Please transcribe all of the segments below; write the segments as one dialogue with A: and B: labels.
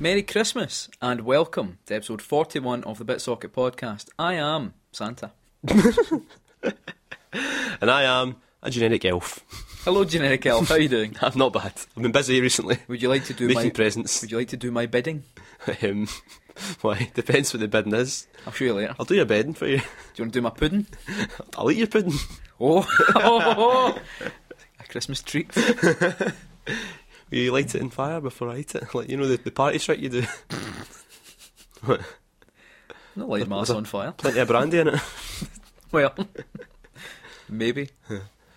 A: Merry Christmas and welcome to episode 41 of the BitSocket podcast. I am Santa.
B: And I am a genetic elf.
A: Hello, generic elf. How are you doing?
B: I'm not bad. I've been busy recently.
A: Would you like to do
B: Making
A: my
B: presents.
A: Would you like to do my bidding?
B: um, why? Depends what the bidding is.
A: I'll show you later.
B: I'll do your bidding for you.
A: Do you want to do my pudding?
B: I'll eat your pudding.
A: Oh, oh, oh. a Christmas treat.
B: Will you light it in fire before I eat it? Like, you know, the, the party trick you do.
A: Not light Mars on fire.
B: Plenty of brandy in it.
A: Well, maybe.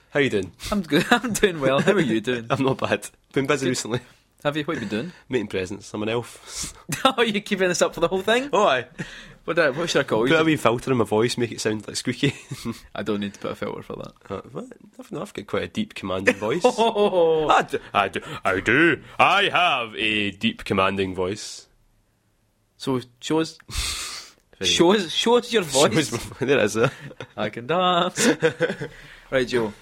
B: How you doing?
A: I'm good. I'm doing well. How are you doing?
B: I'm not bad. Been busy recently.
A: Have you? What have you been
B: Making presents. I'm an elf.
A: doing? Are you keeping this up for the whole thing?
B: oh, aye.
A: What, do I- what should I call
B: Put a
A: you?
B: wee filter in my voice, make it sound like squeaky.
A: I don't need to put a filter for that.
B: Uh, what? I've, no, I've got quite a deep commanding voice.
A: Oh,
B: I do, I do. I do. I have a deep commanding voice.
A: So show us,
B: Very-
A: show us, show us your voice.
B: Shows my- there it is. uh,
A: I can dance. right, Joe.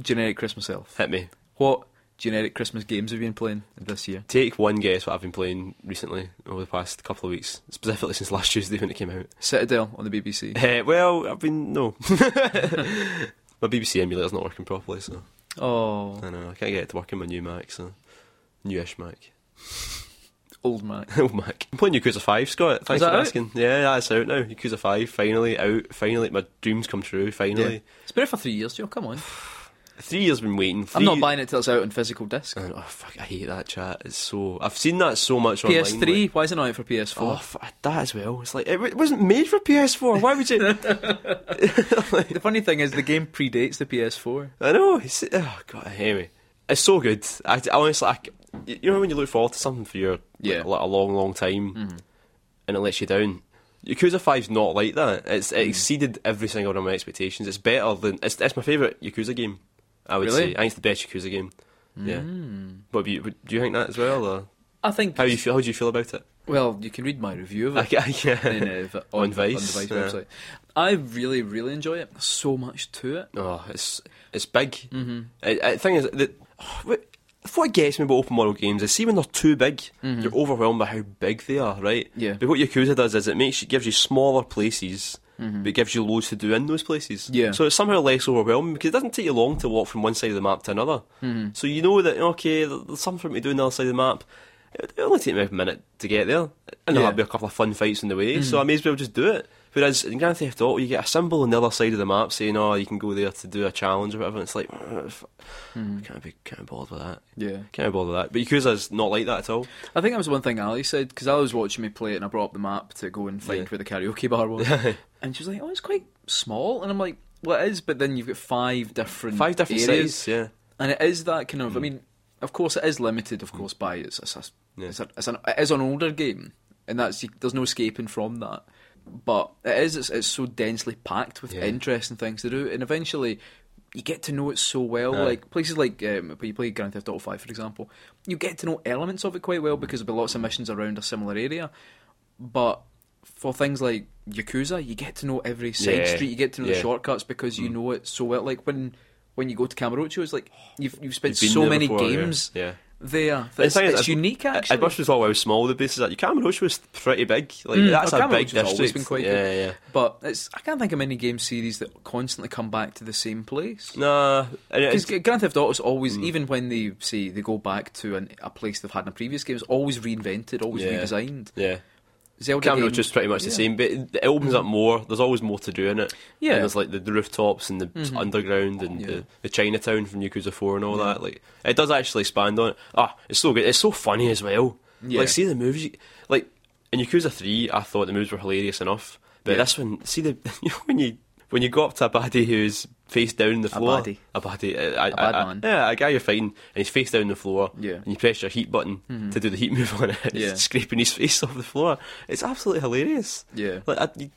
A: Generic Christmas elf.
B: Hit me.
A: What generic Christmas games have you been playing this year?
B: Take one guess what I've been playing recently over the past couple of weeks, specifically since last Tuesday when it came out.
A: Citadel on the BBC.
B: Eh, well, I've been no. my BBC emulator's not working properly, so
A: Oh,
B: I know I can't get it to work on my new Mac, so newish Mac,
A: old Mac.
B: old Mac. I'm playing Yakuza Five, Scott. Thanks
A: that
B: for
A: out?
B: asking. Yeah, that's out now. Yakuza Five, finally out. Finally, my dreams come true. Finally,
A: It's been out for three years, Joe. Come on.
B: three years been waiting. Three...
A: I'm not buying it till it's out on physical disc.
B: And, oh fuck! I hate that chat. It's so I've seen that so much online.
A: PS3.
B: like-
A: Why is it not out for PS4?
B: Oh, f- that as well. It's like it, w- it wasn't made for PS4. Why would you? Oh.
A: The funny thing is, the game predates the PS4.
B: I know. It's, oh god, anyway, it's so good. I, I honestly, I c you you know when you look forward to something for your
A: Yeah. Mm-hmm.
B: like, a long, long time, and it lets you down. Yakuza 5's not like that. It's
A: Mm-hmm.
B: it exceeded every single one of my expectations. It's better than it's. It's my favorite Yakuza game. I would
A: Really? Mm-hmm.
B: say. I think it's the best Yakuza game. Yeah. But do you, would- do you think that as well? Or
A: Hmm. I think.
B: how you feel? How do you feel about it?
A: Well, you can read my review of it.
B: Like, I- yeah.
A: in, uh, v- on,
B: On
A: on the Vice
B: Vice, yeah.
A: website. I really, really enjoy it. There's so much to it.
B: Oh, it's it's big. Mm-hmm. I, I thing is that oh, what- what gets me about open world games is see when they're too big, you're overwhelmed by how big they are, right?
A: Mm-hmm. Yeah.
B: But what Yakuza does is it makes it gives you smaller places, but it gives you loads to do in those places.
A: Mm-hmm. Yeah.
B: So it's somehow less overwhelming because it doesn't take you long to walk from one side of the map to another.
A: Hmm.
B: So you know that okay, there- there's something for me to do on the other side of the map. It it only take me a minute to get there, and
A: Yeah. Mm-hmm.
B: there'll be a couple of fun fights on the way. So I may as well just do it. Whereas in Grand Theft Auto, you get a symbol on the other side of the map saying, "Oh, you can go there to do a challenge or whatever." And it's like, "Oh, f-
A: Mm-hmm.
B: I can't be can't be bothered with that.
A: Yeah.
B: Can't be bothered with that. But Yakuza's not like that at all.
A: I think that was one thing Ali said because I was watching me play it and I brought up the map to go and find
B: Yeah.
A: where the karaoke bar was, and she was like, "Oh, it's quite small," and I'm like, "Well, it is," but then you've got five different
B: Five different
A: areas,
B: cities, yeah.
A: and it is that kind of.
B: Hmm.
A: I mean, of course, it is limited, of course, by it's it's, a,
B: Yeah.
A: it's, a, it's an it is an older game, and that's you- there's no escaping from that. But it is it's, it's so densely packed with
B: Yeah.
A: interesting things to do, and eventually. You get to know it so well,
B: Aye.
A: like places like um, when you play Grand Theft Auto Five, for example. You get to know elements of it quite
B: Hmm.
A: well because there'll be lots of missions around a similar area. But for things like Yakuza, you get to know every side
B: Yeah.
A: street, you get to know the
B: Yeah. Mm.
A: shortcuts because you know it so well. Like when when you go to Camarocho, it's like you've you've spent
B: You've been
A: so
B: there
A: many
B: before, yeah.
A: games
B: Yeah.
A: there.
B: The
A: It's,
B: thing is,
A: it's
B: I-
A: unique
B: I-
A: actually.
B: I must have thought how small the bases are. Yukamaroshi was pretty big. Like
A: Mm,
B: that's
A: well,
B: a big
A: Camarocho's always
B: district.
A: been quite
B: yeah,
A: good.
B: yeah.
A: but it's I can't think of many game series that constantly come back to the same place.
B: Nah, and it-
A: Because Grand Theft Auto's always,
B: Mm.
A: even when they say they go back to an, a place they've had in a previous game, it's always reinvented, always
B: Yeah.
A: redesigned.
B: yeah.
A: Zelda
B: Camera
A: games,
B: which is pretty much the
A: yeah.
B: same, but it it opens up more. There's always more to do in it.
A: Yeah. Mm-hmm.
B: and there's like the, the rooftops and the underground and
A: Yeah.
B: the, the Chinatown from Yakuza Four and all that. Like it does actually expand on it. Ah, it's so good. It's so funny as well.
A: Yeah.
B: Like see the moves. you- Like in Yakuza Three, I thought the moves were hilarious enough, but
A: Yeah.
B: this one, see the you know when you when you go up to a baddie who's face down on the floor,
A: baddie.
B: a baddie, a, a,
A: bad
B: a-
A: man.
B: yeah, a guy you're fighting, and he's face down on the floor,
A: Yeah.
B: and you press your heat button to do the heat move on it, it's
A: Yeah.
B: scraping his face off the floor. It's absolutely hilarious.
A: Yeah.
B: Like, I, you-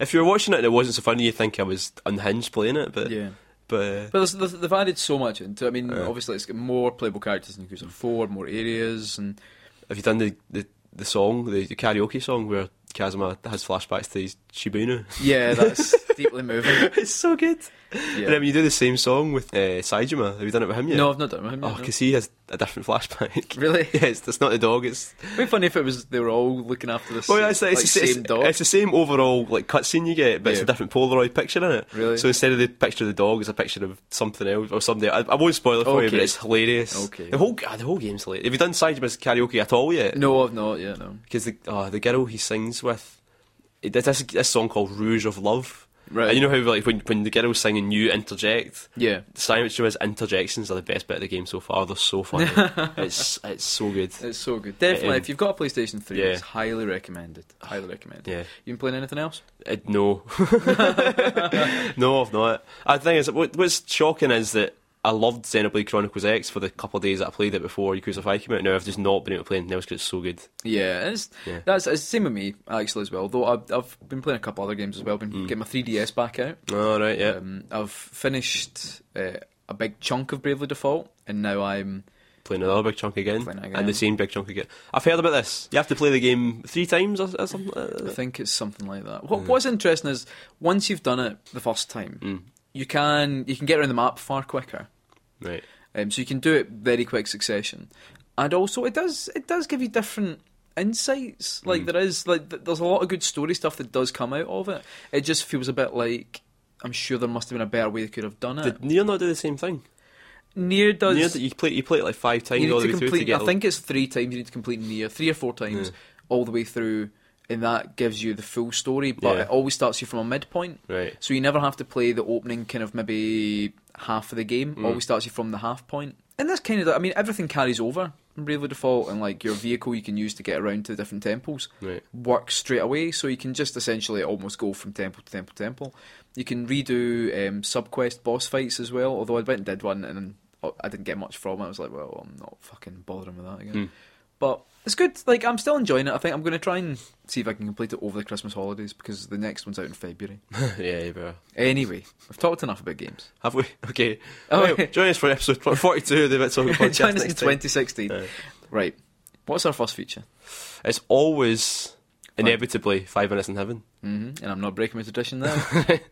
B: if you were watching it and it wasn't so funny, you would think I was unhinged playing it. But
A: Yeah.
B: but uh,
A: But there's, there's, they've added so much into. it. I mean, obviously, it's got more playable characters in Yakuza Four, more areas, and
B: have you done the, the, the song, the, the karaoke song where Kazuma has flashbacks to his Shibunu?
A: yeah, that's deeply moving.
B: it's so good.
A: Yeah.
B: And then when you do the same song with uh, Saijima. Have you done it with him yet?
A: No, I've not done it.
B: Oh, because he has a different flashback.
A: Really?
B: yeah, it's, it's not the dog. It's
A: It'd be funny if it was they were all looking after this.
B: well, Oh, yeah, it's,
A: like,
B: it's, the
A: same
B: it's,
A: dog.
B: it's the same overall like cutscene you get, but it's
A: Yeah.
B: a different Polaroid picture in it.
A: Really?
B: So instead of the picture of the dog, it's a picture of something else or somebody. I, I won't spoil it for you,
A: Okay.
B: but it's hilarious.
A: Okay.
B: The whole God, the whole game's hilarious. Have you done Saijima's karaoke at all yet?
A: no, I've not. Yeah, no.
B: because the oh, the girl he sings with, it, there's this this song called Rouge of Love.
A: Right.
B: And you know how like when when the girl's singing, you interject.
A: Yeah.
B: Simon Stewart's interjections are the best bit of the game so far. They're so funny. it's it's so good.
A: It's so good. Definitely,
B: um,
A: if you've got a PlayStation 3,
B: yeah.
A: it's highly recommended. Highly recommended.
B: Yeah.
A: You been playing anything else?
B: Uh, no, no, I've not. I think is what, what's shocking is that I loved Xenoblade Chronicles X for the couple of days that I played it before Yakuza Five came out. Now I've just not been able to play anything else because it's so good.
A: Yeah, it's,
B: Yeah.
A: that's it's the same with me actually as well. Though I've, I've been playing a couple other games as well. I've
B: Mm.
A: been getting my 3DS back out.
B: All right, yeah.
A: Um, I've finished uh, a big chunk of Bravely Default, and now I'm
B: playing another big chunk again,
A: Playing it again.
B: and the same big chunk again. I've heard about this. You have to play the game three times or, or something. like
A: I
B: that.
A: think it's something like that.
B: Mm.
A: What, What's interesting is once you've done it the first time, you can you can get around the map far quicker.
B: Right.
A: Um, so you can do it very quick succession, and also it does it does give you different insights. Like
B: Mm.
A: there is like th- there's a lot of good story stuff that does come out of it. It just feels a bit like I'm sure there must have been a better way they could have done it.
B: Did Near not do the same thing?
A: Near does
B: Near, you play you play it like five times
A: you
B: all
A: need
B: the
A: to
B: way through to
A: complete.
B: get.
A: I think it's three times you need to complete near three or four times all the way through, and that gives you the full story. But
B: Yeah.
A: it always starts you from a midpoint,
B: Right.
A: so you never have to play the opening kind of maybe half of the game.
B: Mm.
A: Always starts you from the half point, and that's kind of. I mean, everything carries over in Bravely Default, and like your vehicle you can use to get around to the different temples
B: Right.
A: works straight away. So you can just essentially almost go from temple to temple to temple. You can redo um, subquest boss fights as well. Although I went and did one and oh, I didn't get much from it. I was like, well, I'm not fucking bothering with that again.
B: Hmm.
A: But it's good. Like I'm still enjoying it. I think I'm going to try and see if I can complete it over the Christmas holidays because the next one's out in February.
B: yeah, you better.
A: Anyway, we've talked enough about games.
B: Have we? Okay.
A: Oh,
B: Right,
A: okay.
B: join us for episode forty-two of the Bits of
A: Join us
B: Podcast
A: in
B: next time.
A: 2016.
B: Yeah.
A: Right. What's our first feature?
B: It's always inevitably five minutes in heaven.
A: hmm And I'm not breaking my tradition there.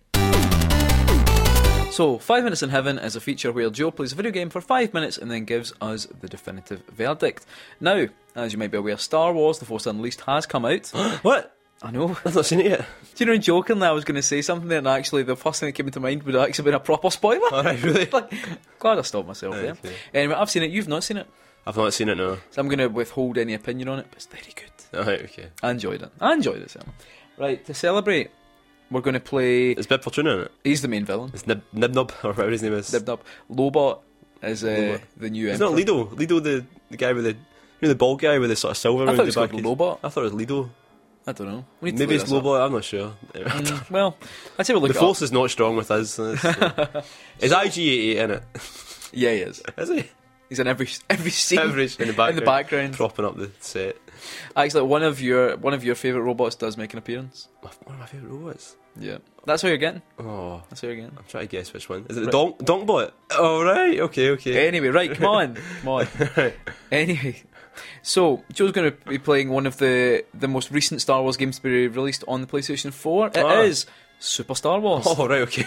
A: so, Five Minutes in Heaven is a feature where Joe plays a video game for five minutes and then gives us the definitive verdict. Now, as you might be aware, Star Wars The Force Unleashed has come out.
B: what?
A: I know.
B: I've not seen it yet.
A: Do you know, jokingly, I was going to say something there, and actually, the first thing that came into mind would have actually been a proper spoiler.
B: All right, really?
A: Like, glad I stopped myself there.
B: Okay.
A: Anyway, I've seen it, you've not seen it,
B: I've not seen it. No.
A: so I'm going to withhold any opinion on it, but it's very good.
B: All right. Okay.
A: I enjoyed it. I enjoyed it, Sam. Right, to celebrate, we're going to play.
B: Is Bib Fortuna in it?
A: He's the main villain.
B: Is Nib Nibnob or whatever his name is?
A: Dibbed up. Lobot is uh,
B: Lobot.
A: the new.
B: It's not
A: emperor.
B: Lido. Lido, the, the guy with the you know the bald guy with the sort of silver.
A: I
B: round
A: thought it was
B: the back
A: called
B: of-
A: Lobot.
B: I thought it was Lido.
A: I don't know. We need to
B: Maybe
A: look
B: it's
A: this up.
B: Lobot. I'm not sure.
A: Mm, well, I say we look
B: the
A: it
B: force is not strong with us. so it's- Is IG88 in it?
A: up. Yeah, he is.
B: Is he?
A: He's in every every scene
B: Average in the
A: in
B: background,
A: the background.
B: propping up the set.
A: Actually, one of your one of your favorite robots does make an appearance.
B: My- One of my favorite robots.
A: Yeah, that's what you're getting.
B: Oh,
A: That's what you're getting.
B: I'm trying to guess which one. Is it the
A: Right.
B: Donk Donkbot? All right. Okay. Okay.
A: Anyway, right, come on, come on. Anyway, so Joe's going to be playing one of the the most recent Star Wars games to be released on the PlayStation 4. It is
B: Ah.
A: Super Star Wars.
B: Oh, right. Okay.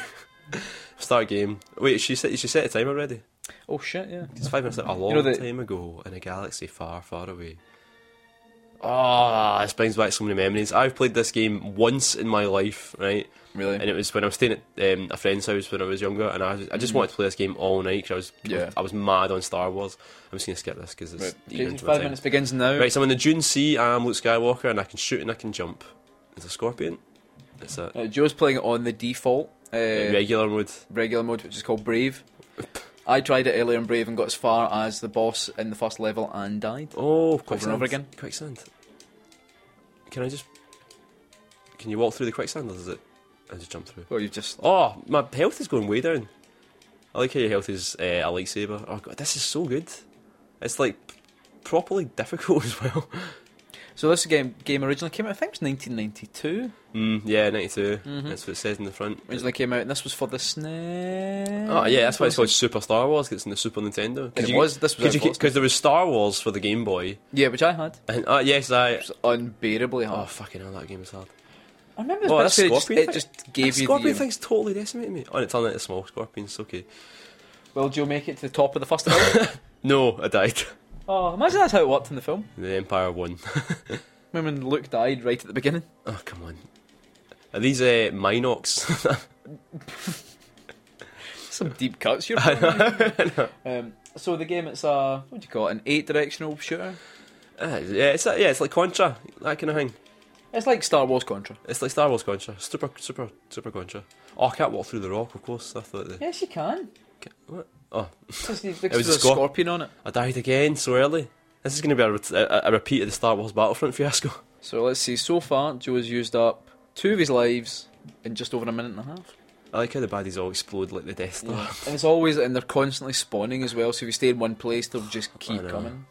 B: Start game. Wait, she said she set a time already.
A: oh shit, yeah.
B: It's five minutes. like, A long
A: know the-
B: time ago, in a galaxy far, far away. Ah, this brings back so many memories. I've played this game once in my life, right?
A: Really?
B: And it was when I was staying at um, a friend's house when I was younger, and I, was, I just wanted to play this game all night because I was
A: Yeah.
B: I was mad on Star Wars. I'm just gonna skip this because it's
A: Right.
B: eating
A: Okay,
B: into my
A: Five
B: time.
A: minutes begins now.
B: Right, so I'm in the June Sea. I'm Luke Skywalker, and I can shoot and I can jump. It's a scorpion. It's a
A: Uh, Joe's playing it on the default uh,
B: regular mode.
A: regular mode, which is called Brave. I tried it earlier in Brave and got as far as the boss in the first level and died.
B: Oh,
A: Over
B: quicksand.
A: and over again.
B: Quicksand. Can I just? Can you walk through the quicksand, or does it? I just jump through.
A: Well, you've just.
B: Oh, my health is going way down. I like how your health is uh, a lightsaber. Oh god, this is so good. It's like properly difficult as well.
A: So this game game originally came out, I think it was 1992.
B: Mm, yeah, 92
A: Mm-hmm.
B: That's what it says in the front.
A: Originally came out, and this was for the SNES.
B: Oh yeah, that's why it's called Super Star Wars. 'cause it's in the Super Nintendo.
A: It was- this was our first
B: because there was Star Wars for the Game Boy,
A: Yeah, which I had.
B: and uh, yes, I.
A: It's unbearably
B: Oh
A: hard.
B: fucking hell, that game is hard.
A: I remember
B: Oh,
A: oh,
B: that's
A: it, just,
B: Scorpion
A: it just gave you
B: scorpion
A: the.
B: thing's totally decimated me. um, Oh, and it turned into small scorpions. Okay.
A: Well, do you make it to the top of the first hill?
B: No, I died.
A: oh, imagine that's how it worked in the film.
B: The Empire won.
A: Remember when Luke died right at the beginning?
B: Oh come on. Are these uh, Minox?
A: Some deep cuts you're
B: Ah,
A: pulling. um, So the game, it's a. What do you call it? An eight directional shooter?
B: Ah, yeah, it's yeah, it's like Contra, that kind of thing.
A: It's like Star Wars Contra.
B: It's like Star Wars Contra, super, super, super Contra. Oh, I can't walk through the rock, of course. I thought the
A: Yes, you can.
B: what? Oh,
A: It's just, it
B: was
A: was
B: a
A: a
B: scorp-
A: scorpion on it.
B: I died again so early. This is going to be a, ret- a, a repeat of the Star Wars Battlefront fiasco.
A: So let's see. So far, Joe has used up two of his lives in just over a minute and a half.
B: I like how the baddies all explode like the Death Star.
A: and it's always and they're constantly spawning as well. So if you stay in one place, they'll just
B: I
A: keep
B: know.
A: coming.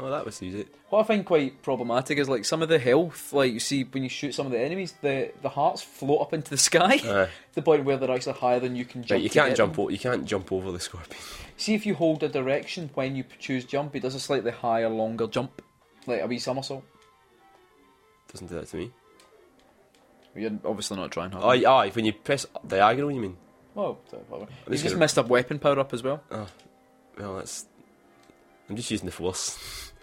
B: Oh, that was easy.
A: What I find quite problematic is like some of the health, like you see when you shoot some of the enemies, the the hearts float up into the sky.
B: Aye.
A: to the point where they're actually higher than Uh. you can jump.
B: Right, you
A: to
B: can't
A: get
B: jump.
A: them.
B: O- you can't jump over the scorpion.
A: See if you hold a direction when you choose jump, it does a slightly higher, longer jump, like a wee somersault.
B: Doesn't do that to me.
A: You're obviously not trying hard.
B: Oh, aye, aye, when you press diagonal, you mean?
A: Oh, Well, you just
B: just gonna-
A: messed up weapon power up as well.
B: Well, that's. I'm just using the force.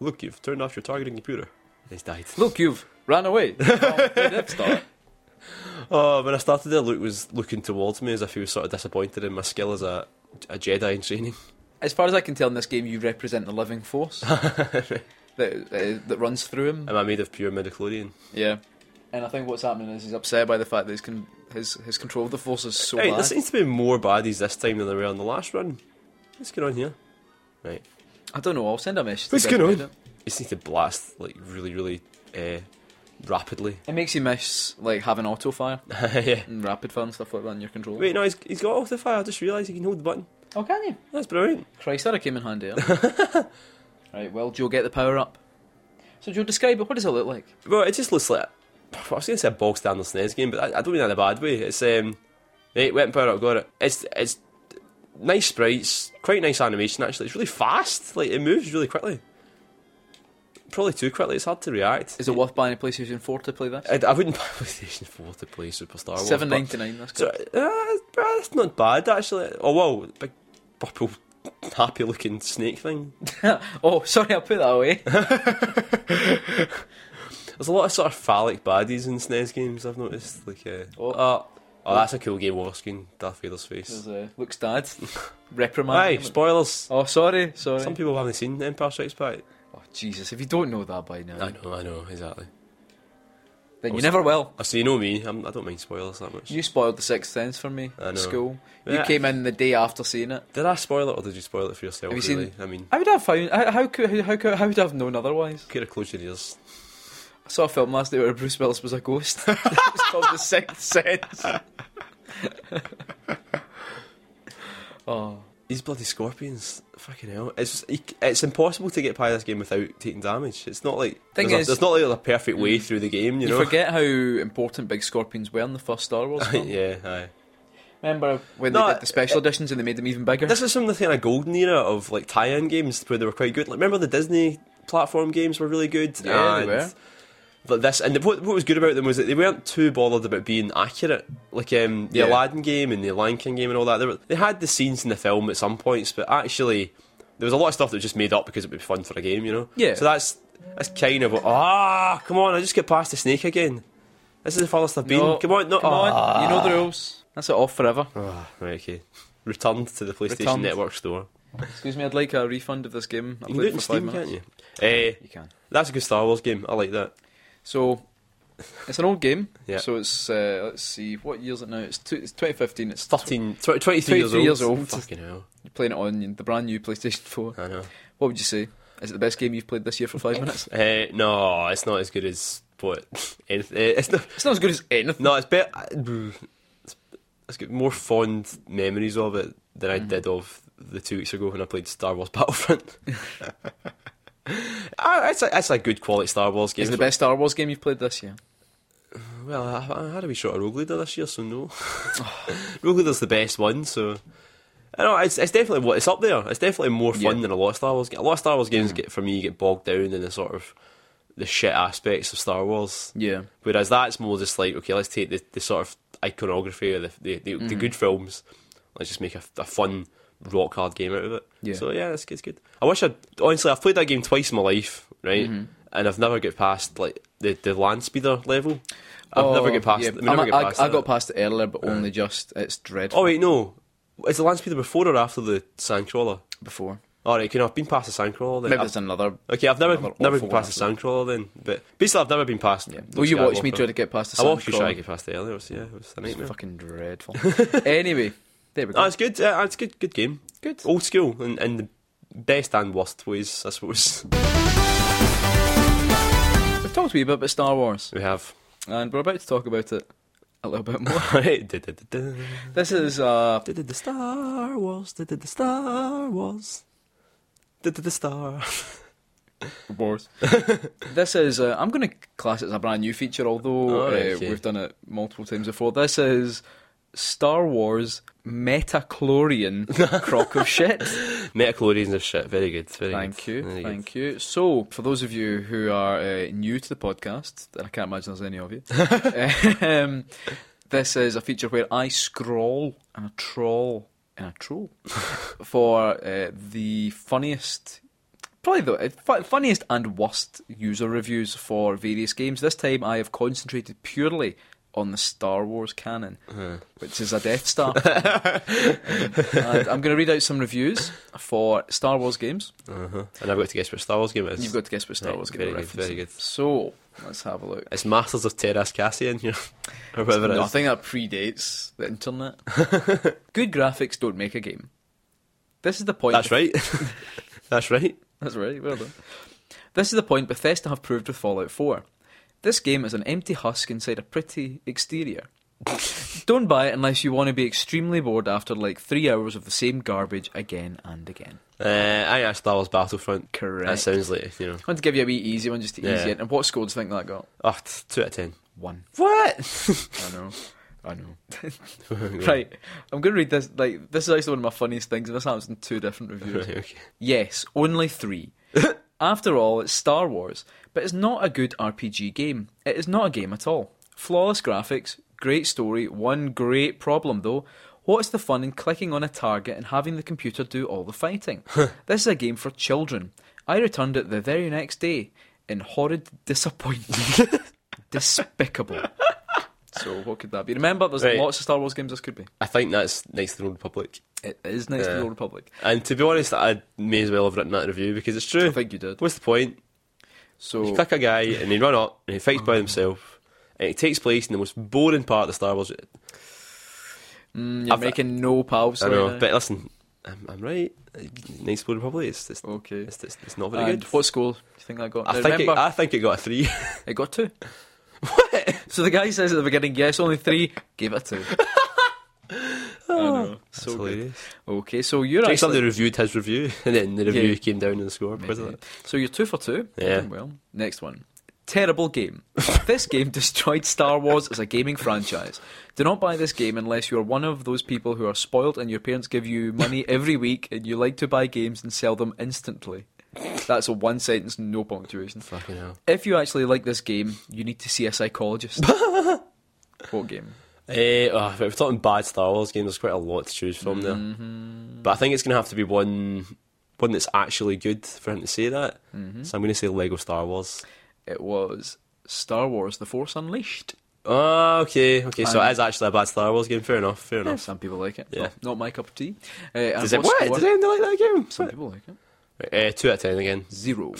B: Look, you've turned off your targeting computer. He's died.
A: Look, you've ran away. Well, we did start.
B: Oh, when I started there, Luke was looking towards me as if he was sort of disappointed in my skill as a, a Jedi in training.
A: As far as I can tell, in this game, you represent the living force that that that runs through him.
B: Am I made of pure midichlorian?
A: Yeah, and I think what's happening is he's upset by the fact that his con- his his control of the force is so
B: Hey,
A: bad.
B: there seems to be more baddies this time than there were on the last run. What's going on here? Right.
A: I don't know. I'll send a message. to
B: What's
A: the guy
B: going
A: who
B: on?
A: made it.
B: You seem to blast, like, really, really uh, rapidly.
A: It makes you miss like having auto fire
B: yeah.
A: and rapid fire and stuff like that in your controller.
B: Wait, no, he's, he's got off the fire. I just realised he can hold the button.
A: Oh, can you?
B: That's brilliant.
A: Christ, that came in handy. huh? right, well, Joe, get the power up. So, Joe, describe it. What does it look like?
B: Well, it just looks like I was going to say a bog standard SNES game, but I, I don't mean that in a bad way. It's um, right, went and power up, got it. It's it's nice sprites, quite nice animation actually. It's really fast, like it moves really quickly. Probably too quickly. It's hard to react.
A: Is it worth buying a PlayStation 4 to play this?
B: I, I wouldn't buy a PlayStation Four to play Super Star Wars.
A: Seven
B: Uh, but-
A: ninety nine. That's
B: So,
A: good.
B: uh, that's not bad actually. Oh wow, big purple happy looking snake thing.
A: oh, sorry, I put that away.
B: There's a lot of sort of phallic baddies in SNES games. I've noticed like uh,
A: Oh.
B: oh. Uh, oh that's a cool game. War skin Darth Vader's face.
A: There's, uh, Luke's dad reprimand.
B: Aye, spoilers.
A: oh, sorry, sorry.
B: Some people haven't seen Empire Strikes Back.
A: oh, Jesus, if you don't know that by now,
B: I know, I know, exactly.
A: then you
B: Oh,
A: never will.
B: Oh, so you know me, I'm, I don't mind spoilers that much.
A: You spoiled the sixth sense for me
B: I
A: at
B: know.
A: school.
B: Yeah.
A: You came in the day after seeing it.
B: Did I spoil it or did you spoil it for yourself?
A: Have you
B: really? I mean,
A: I would have found how how could how could how would I have known otherwise?
B: could have closed your ears.
A: I saw a film last night where Bruce Willis was a ghost. it's called The Sixth Sense. oh,
B: These bloody scorpions, fucking hell! It's just- it's impossible to get by this game without taking damage. It's not like
A: Thing
B: there's,
A: is-
B: a, there's not like a perfect way through the game, you,
A: you,
B: know.
A: forget how important big scorpions were in the first Star Wars film.
B: yeah, aye.
A: Remember when
B: No,
A: they did the special editions and they made them even bigger?
B: This is from the kind of golden era of like tie-in games where they were quite good. Like, remember the Disney platform games were really good.
A: Yeah, they
B: and
A: were.
B: Like this, and what, what was good about them was that they weren't too bothered about being accurate. Like um, the
A: Yeah.
B: Aladdin game and the Lion King game and all that. They, were, they had the scenes in the film at some points, but actually there was a lot of stuff that was just made up because it would be fun for a game, you know.
A: Yeah.
B: So that's that's kind of what- ah, come on, I just get past the snake again. This is the furthest I've been.
A: No,
B: come on, no,
A: Oh, come on,
B: ah.
A: you know the rules. That's it off forever.
B: Ah, right, okay. Returned to the PlayStation
A: Returned.
B: Network store.
A: Excuse me, I'd like a refund of this game. I
B: You can do
A: played
B: it in
A: for five
B: Steam,
A: minutes.
B: can't you? Eh,
A: You can.
B: that's a good Star Wars game. I like that.
A: So it's an old game.
B: Yeah.
A: So it's uh, let's see, what year is it now? It's, two, it's 2015. It's
B: 13, tw- 23 years
A: 23
B: old.
A: years old.
B: Fucking hell.
A: You're playing it on the brand new PlayStation 4.
B: I know.
A: What would you say? Is it the best game you've played this year for five minutes?
B: Eh, no, it's not as good as what. anyth- eh, it's not.
A: It's not as good as anything.
B: No, it's better. It's, it's got more fond memories of it than I did of the two weeks ago when I played Star Wars Battlefront. Ah, it's, a, it's a good quality Star Wars game.
A: Is it the best Star Wars game you've played this year?
B: Well, I, I had a wee shot of Rogue Leader this year, so no. Rogue Leader's the best one, so. I know, it's, it's definitely what it's up there. It's definitely more fun
A: Yeah.
B: than a lot of Star Wars games. A lot of Star Wars games get for me get bogged down in the sort of the shit aspects of Star Wars.
A: Yeah.
B: Whereas that's more just like, okay, let's take the, the sort of iconography of the the, the,
A: Mm-hmm.
B: the good films, let's just make a, a fun rock hard game out of it.
A: Yeah.
B: So yeah, it's, it's good. I wish I honestly I've played that game twice in my life, right?
A: Mm-hmm.
B: And I've never got past like the the land speeder level. I've never got past.
A: Oh, yeah,
B: it.
A: but
B: We never
A: I'm-
B: got
A: I,
B: past
A: I
B: that.
A: got past it earlier, but only just. It's dreadful
B: Oh wait, no. Is the land speeder before or after the sandcrawler?
A: before.
B: All right, can I've been past the sandcrawler. Then.
A: Maybe
B: I've-
A: there's another.
B: Okay, I've never
A: Another
B: never
A: awful
B: been past the
A: one,
B: Sandcrawler then, but basically I've never been past.
A: Well, you watched me
B: Skywalker.
A: try to get past the
B: I watched you
A: Sandcrawler.
B: try to get past it earlier. It was, yeah, it was a
A: It's
B: nightmare.
A: fucking dreadful. anyway, there we go.
B: No, it's good. Uh, it's good. Good game.
A: Good.
B: Old school and and the best and worst ways, I suppose.
A: We've talked a wee bit about Star Wars,
B: We have.
A: and we're about to talk about it a little bit more.
B: Right. Did the- did the-
A: this is uh,
B: did the- the Star Wars. Did the- the Star Wars. Did the- the Star.
A: Wars. this is uh, I'm going to class it as a brand new feature, although
B: All right,
A: uh,
B: okay.
A: we've done it multiple times before. This is Star Wars Metachlorian crock of shit.
B: Metachlorians of shit. Very good. Very
A: Thank
B: good.
A: you,
B: Very good.
A: thank you. So, for those of you who are uh, new to the podcast, and I can't imagine there's any of you, um, this is a feature where I scroll and I troll and I troll for uh, the funniest, probably the uh, fu- funniest and worst user reviews for various games. This time, I have concentrated purely on the Star Wars canon,
B: Uh.
A: which is a Death Star. Um, and I'm going to read out some reviews for Star Wars games.
B: Uh-huh. And I've got to guess what Star Wars game it is.
A: You've got to guess which Star
B: Right,
A: Wars game
B: very
A: we're
B: good, very
A: referencing.
B: good.
A: So let's have a look.
B: It's Masters of Terras Cassian here, or whatever it
A: No, I
B: is.
A: think that predates the internet. Good graphics don't make a game. This is the point.
B: That's right. That's right.
A: That's right. Well done. This is the point Bethesda have proved with Fallout 4. This game is an empty husk inside a pretty exterior. don't buy it unless you want to be extremely bored after like three hours of the same garbage again and again.
B: Uh, I asked Star Wars Battlefront. That
A: Correct.
B: sounds like you know.
A: I want to give you a wee easy one just to
B: Yeah.
A: ease it. And what score do you think that got?
B: Oh, t- two out of ten.
A: One.
B: What?
A: I know. I know. Right, I'm going to read this. Like, this is actually one of my funniest things, and this happens in two different reviews.
B: Right, okay.
A: Yes, only three. After all, it's Star Wars, but it's not a good RPG game. It is not a game at all. Flawless graphics, great story, one great problem though. What's the fun in clicking on a target and having the computer do all the fighting? this is a game for children. I returned it the very next day in horrid disappointment. Despicable. So, what could that be? Remember, there's
B: Right.
A: lots of Star Wars games this could be.
B: I think that's Knights of the Old Republic.
A: It is nice to
B: Yeah.
A: the Old Republic.
B: And to be honest, I may as well have written that review because it's true.
A: I think you did.
B: What's the point?
A: So, Oh.
B: You click a guy and he run up and he fights by himself. And it takes place in the most boring part of the Star Wars.
A: mm, you're
B: I've-
A: making no pals.
B: I
A: right
B: know,
A: now.
B: but listen, I'm, I'm right. Knights of the Old Republic. It's, it's,
A: Okay.
B: it's, it's, it's not very
A: Oh. And
B: good.
A: What score do you think I got?
B: I
A: Now,
B: think it,
A: remember,
B: I think it got a three.
A: it got two. What? So the guy says at the beginning, yes, only three. Gave it two. I know. So
B: That's
A: good.
B: hilarious.
A: Okay, so you're
B: Like
A: actually.
B: somebody reviewed his review, and then the review
A: Yeah.
B: came down in the score because of
A: Maybe.
B: it.
A: So you're two for two. You're
B: Yeah.
A: doing Well, next one. Terrible game. this game destroyed Star Wars as a gaming franchise. Do not buy this game unless you are one of those people who are spoilt and your parents give you money every week and you like to buy games and sell them instantly. That's a one sentence, no punctuation.
B: Fucking hell.
A: If you actually like this game, you need to see a psychologist. what game?
B: Eh, oh, if we're talking bad Star Wars games, there's quite a lot to choose from there. But I think it's going to have to be one one that's actually good for him to say that. So I'm going to say Lego Star Wars.
A: It was Star Wars The Force Unleashed.
B: Oh, okay, okay. So it is actually a bad Star Wars game. Fair enough. Fair enough.
A: Some people like it.
B: Yeah.
A: Not, not my cup of tea. Uh, and
B: Does it?
A: what
B: What?
A: score-
B: Does anyone like that game?
A: Some people like it.
B: Eh, two out of ten again.
A: Zero.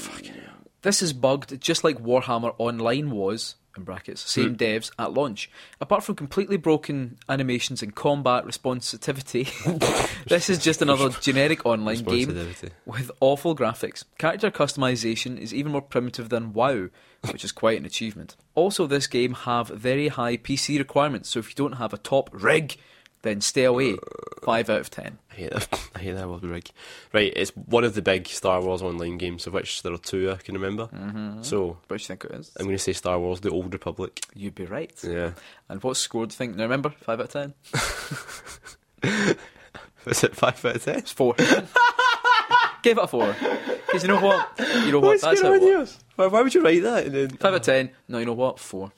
A: This is bugged just like Warhammer Online was, in brackets, same devs at launch. Apart from completely broken animations and combat responsivity, this is just another generic online game
B: Responsivity.
A: with awful graphics. Character customization is even more primitive than WoW, which is quite an achievement. Also, this game have very high PC requirements, so if you don't have a top rig, then stay away. 5 out of 10.
B: I hate that. I hate that World Rig. Right, it's one of the big Star Wars online games, of which there are two I can remember. So
A: What do you think it is?
B: I'm going to say Star Wars: The Old Republic.
A: You'd be right.
B: Yeah.
A: And what score do you think? Now remember, 5 out of 10?
B: Was it five out of ten?
A: It's four. Give it a four. Because you know what? You know what? That's how it works.
B: Why, why would you write that? And then,
A: Five out of ten. No, you know what? Four.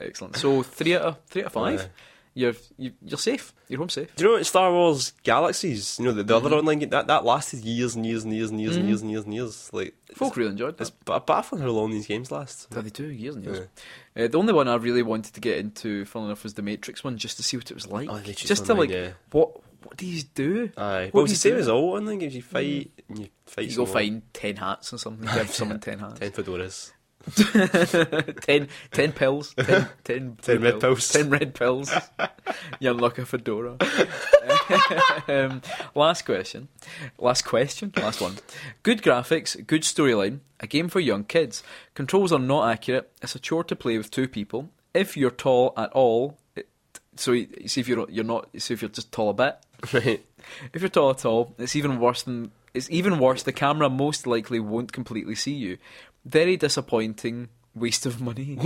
A: Excellent. So three out of three out of five.
B: Aye.
A: You're you, you're safe. You're home safe.
B: Do you know what Star Wars Galaxies? You know the, the other online game that, that lasted years and years and years and years and years and years and years. Like
A: Folk really enjoyed that.
B: it's, it's ba- baffling how long these games last.
A: Bloody two years and years. Uh, the only one I really wanted to get into, funnily enough, was the Matrix one, just to see what it was like.
B: Oh, Matrix
A: just to
B: Online,
A: like,
B: yeah.
A: what what do you do?
B: Aye.
A: What
B: Well,
A: do
B: it's
A: you
B: the same
A: do?
B: as all online games. You fight and Mm. you fight.
A: You go
B: someone.
A: find ten hats or something. Give someone ten hats.
B: ten fedoras.
A: ten, ten pills. Ten, ten,
B: Ten
A: blue
B: red pills.
A: Ten red pills. you unlock a fedora. um, last question. Last question. Last one. Good graphics, good storyline, a game for young kids. Controls are not accurate. It's a chore to play with two people. If you're tall at all, it, so you, you see if you're you're not. So if you're just tall a bit,
B: Right.
A: if you're tall at all, it's even worse than it's even worse. The camera most likely won't completely see you. Very disappointing waste of money.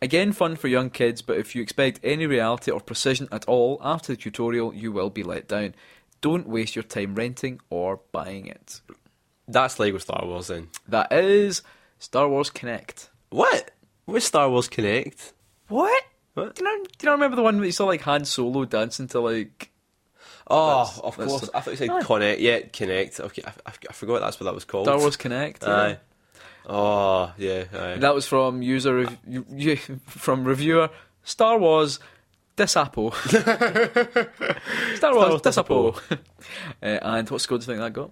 A: Again, fun for young kids, but if you expect any reality or precision at all after the tutorial, you will be let down. Don't waste your time renting or buying it.
B: That's Lego Star Wars then.
A: That is Star Wars Connect.
B: What? What's Star Wars Connect?
A: What?
B: What?
A: Do you, know, do you not remember the one where you saw like Han Solo dancing to like?
B: Oh,
A: That's-
B: of
A: that's-
B: course. I thought you said
A: Aye.
B: Connect. Yeah, Connect. Okay, I, I, I forgot that's what that was called.
A: Star Wars Connect. yeah.
B: Aye. Oh yeah. Aye.
A: That was from user rev- you- you- from reviewer Star Wars Disappo. Star Wars
B: Wars
A: Disappo. uh, and what score do you think that got?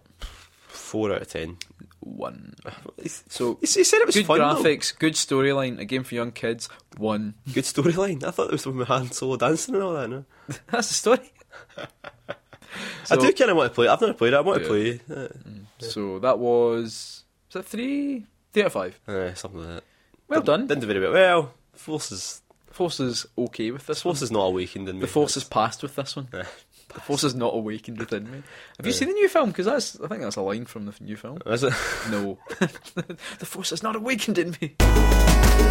B: Four out of ten.
A: One.
B: It's-
A: So
B: He said it was
A: good
B: fun. though.
A: graphics, good storyline, a game for young kids. One.
B: Good storyline. I thought it was from Han Solo dancing and all that. No,
A: That's the story.
B: I
A: So-
B: do kind of want to play. it. I've never played. it. I want to
A: Yeah.
B: play. uh, it.
A: So that was was that three, three out of five.
B: Uh, eh, something like that.
A: Well done.
B: Didn't do very well. Well, Force is
A: Force is okay with this one.
B: Force is not awakened in me.
A: The Force is passed with this one.
B: Yeah.
A: The Force is not awakened within me. Have you seen the new film? Because that's I think that's a line from the f- new film.
B: Is it?
A: No. the force has not awakened in me.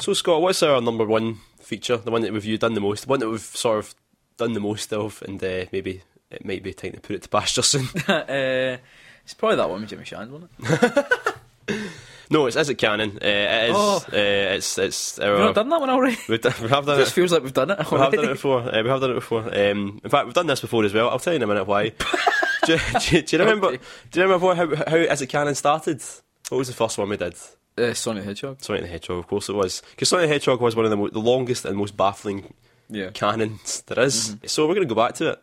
B: So Scott, what's our number one feature? The one that we've you done the most. The one that we've sort of done the most of, and uh, maybe it might be time to put it to pasture soon.
A: uh, it's probably that one with Jimmy Shand, wasn't it?
B: no, it's is it canon. Uh, it is.
A: Oh.
B: Uh, it's it's. Our,
A: We've not done that one already.
B: we've done, we have
A: It
B: done
A: just
B: it.
A: feels like we've done it
B: Uh, We have
A: already.
B: done it before. Uh, we have done it before. Um, in fact, we've done this before as well. I'll tell you in a minute why. do, you- do you- do you remember?
A: Okay.
B: Do you remember how how as it canon started? What was the first one we did?
A: Uh, Sonic the Hedgehog.
B: Sonic the Hedgehog, of course it was. Because Sonic the Hedgehog was one of the, mo- the longest and most baffling
A: Yeah.
B: canons there is.
A: Mm-hmm.
B: So we're going to go back to it.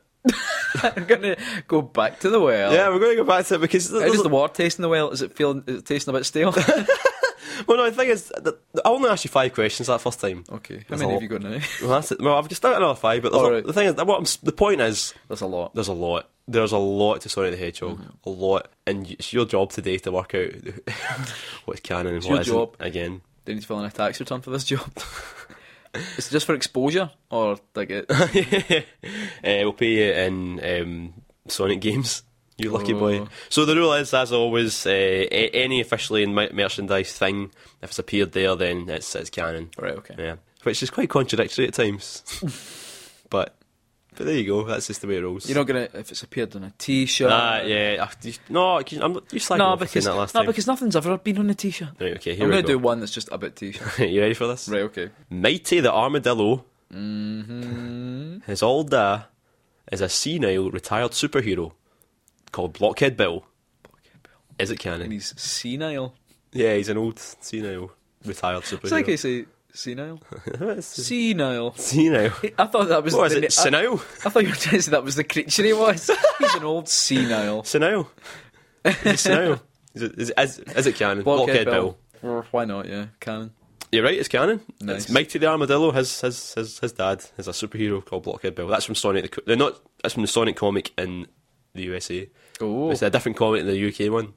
A: I'm gonna go back to the well.
B: Yeah, we're going to go back to it because.
A: How
B: there's
A: does Oh. the water taste in the well? Is it feeling? Is it tasting a bit stale?
B: well, no, the thing is, that I only asked you five questions that first time.
A: okay. How
B: There's
A: many
B: a
A: have you got now?
B: Well, that's it. well I've just started another five, but there's
A: Oh. All
B: a-
A: right.
B: the thing is, what I'm, s- the point is,
A: That's a lot.
B: there's a lot. There's a lot to Sonic the Hedgehog.
A: Mm-hmm.
B: A lot. And y- it's your job today to work out what's canon and
A: It's
B: what
A: your
B: isn't
A: job.
B: again.
A: They need to fill in a tax return for this job. Is it just for exposure, or like it?
B: uh, we'll pay you in um, Sonic games. You lucky boy.
A: Oh.
B: So the rule is, as always, uh, a- any officially in mi- merchandise thing, if it's appeared there, then it's it's canon.
A: right. Okay.
B: Yeah, which is quite contradictory at times. but but there you go. That's just the way it rolls.
A: You're not gonna if it's appeared on a T-shirt.
B: Ah, yeah. I- you- no, you- I'm, you slagged
A: uh, No,
B: off for saying
A: because
B: that last
A: no,
B: time.
A: because nothing's ever been on a T-shirt.
B: Right, okay, here
A: I'm
B: we
A: gonna
B: go.
A: do one that's just a bit T-shirt.
B: you ready for this?
A: right. Okay.
B: Mighty the Armadillo,
A: Mm-hmm.
B: his old da, is a senile retired superhero called Blockhead Bill. Is it
A: And
B: canon?
A: he's senile.
B: Yeah, he's an old senile retired superhero.
A: It's like I say senile.
B: It's
A: Senile.
B: senile.
A: I thought that was.
B: What is
A: the, uh,
B: it?
A: I,
B: Senile?
A: I thought you were trying to say that was the creature he was. He's an old senile.
B: Senile. Is it senile? Is it, is, it- is, is it canon? Blockhead, Bill.
A: Or Why not? Yeah, canon.
B: You're right, it's canon.
A: Nice.
B: It's Mighty the Armadillo. His his his his dad is a superhero called Blockhead Bill. That's from Sonic. The, co- they're not. That's from the Sonic comic in the USA.
A: Oh,
B: It's a different comic than the UK one.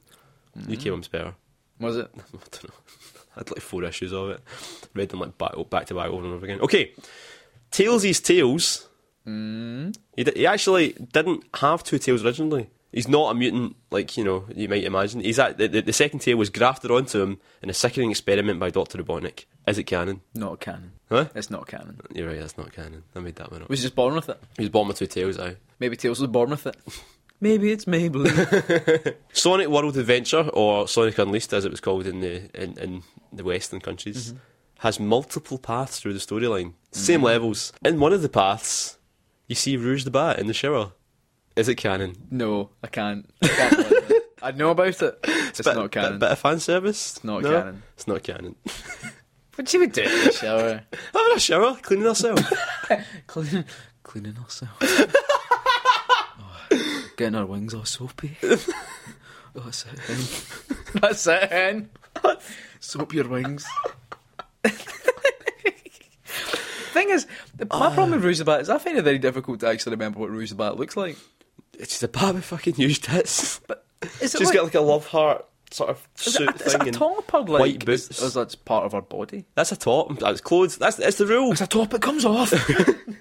B: UK one's better.
A: was it?
B: I don't know. I had like four issues of it. Read them like back, back to back over and over again. Okay, Tailsy's Tales.
A: Mm.
B: He, di- he actually didn't have two tails originally. He's not a mutant like you know you might imagine. He's at, the, the, the second tier was grafted onto him in a sickening experiment by Doctor Robotnik. Is it canon?
A: Not a canon.
B: Huh?
A: It's not canon.
B: You're right. That's not canon. I made that one up.
A: Was he just born with it?
B: He's born with two tails. Aye.
A: Maybe Tails was born with it. Maybe it's Maybelline.
B: Sonic World Adventure, or Sonic Unleashed as it was called in the in, in the Western
A: Mm-hmm.
B: countries, has multiple paths through the storyline. Same levels. In one of the paths, you see Rouge the Bat in the shower. Is it canon?
A: no, I can't. I, can't believe it. I know about it. It's,
B: Bit-
A: not canon.
B: Bit, bit of fan service. It's
A: not canon.
B: It's not canon.
A: What you would do in the shower?
B: Having a shower, cleaning ourselves.
A: cleaning, cleaning ourselves. Oh, getting our wings all soapy. Oh, that's it, hen. That's it, hen. Soap your wings. Thing is, the- my problem with Ruse the Bat is I find it very difficult to actually remember what Ruse the Bat looks like.
B: it's just a bat with fucking huge tits. But
A: Is it
B: She's
A: like,
B: got like a love heart sort of
A: is it,
B: suit
A: is
B: thing.
A: it a
B: and-
A: topper like
B: white
A: is-
B: boots.
A: Or is that just part of her body?
B: that's a top. That's clothes. That's that's the rule.
A: It's a top. It comes off. it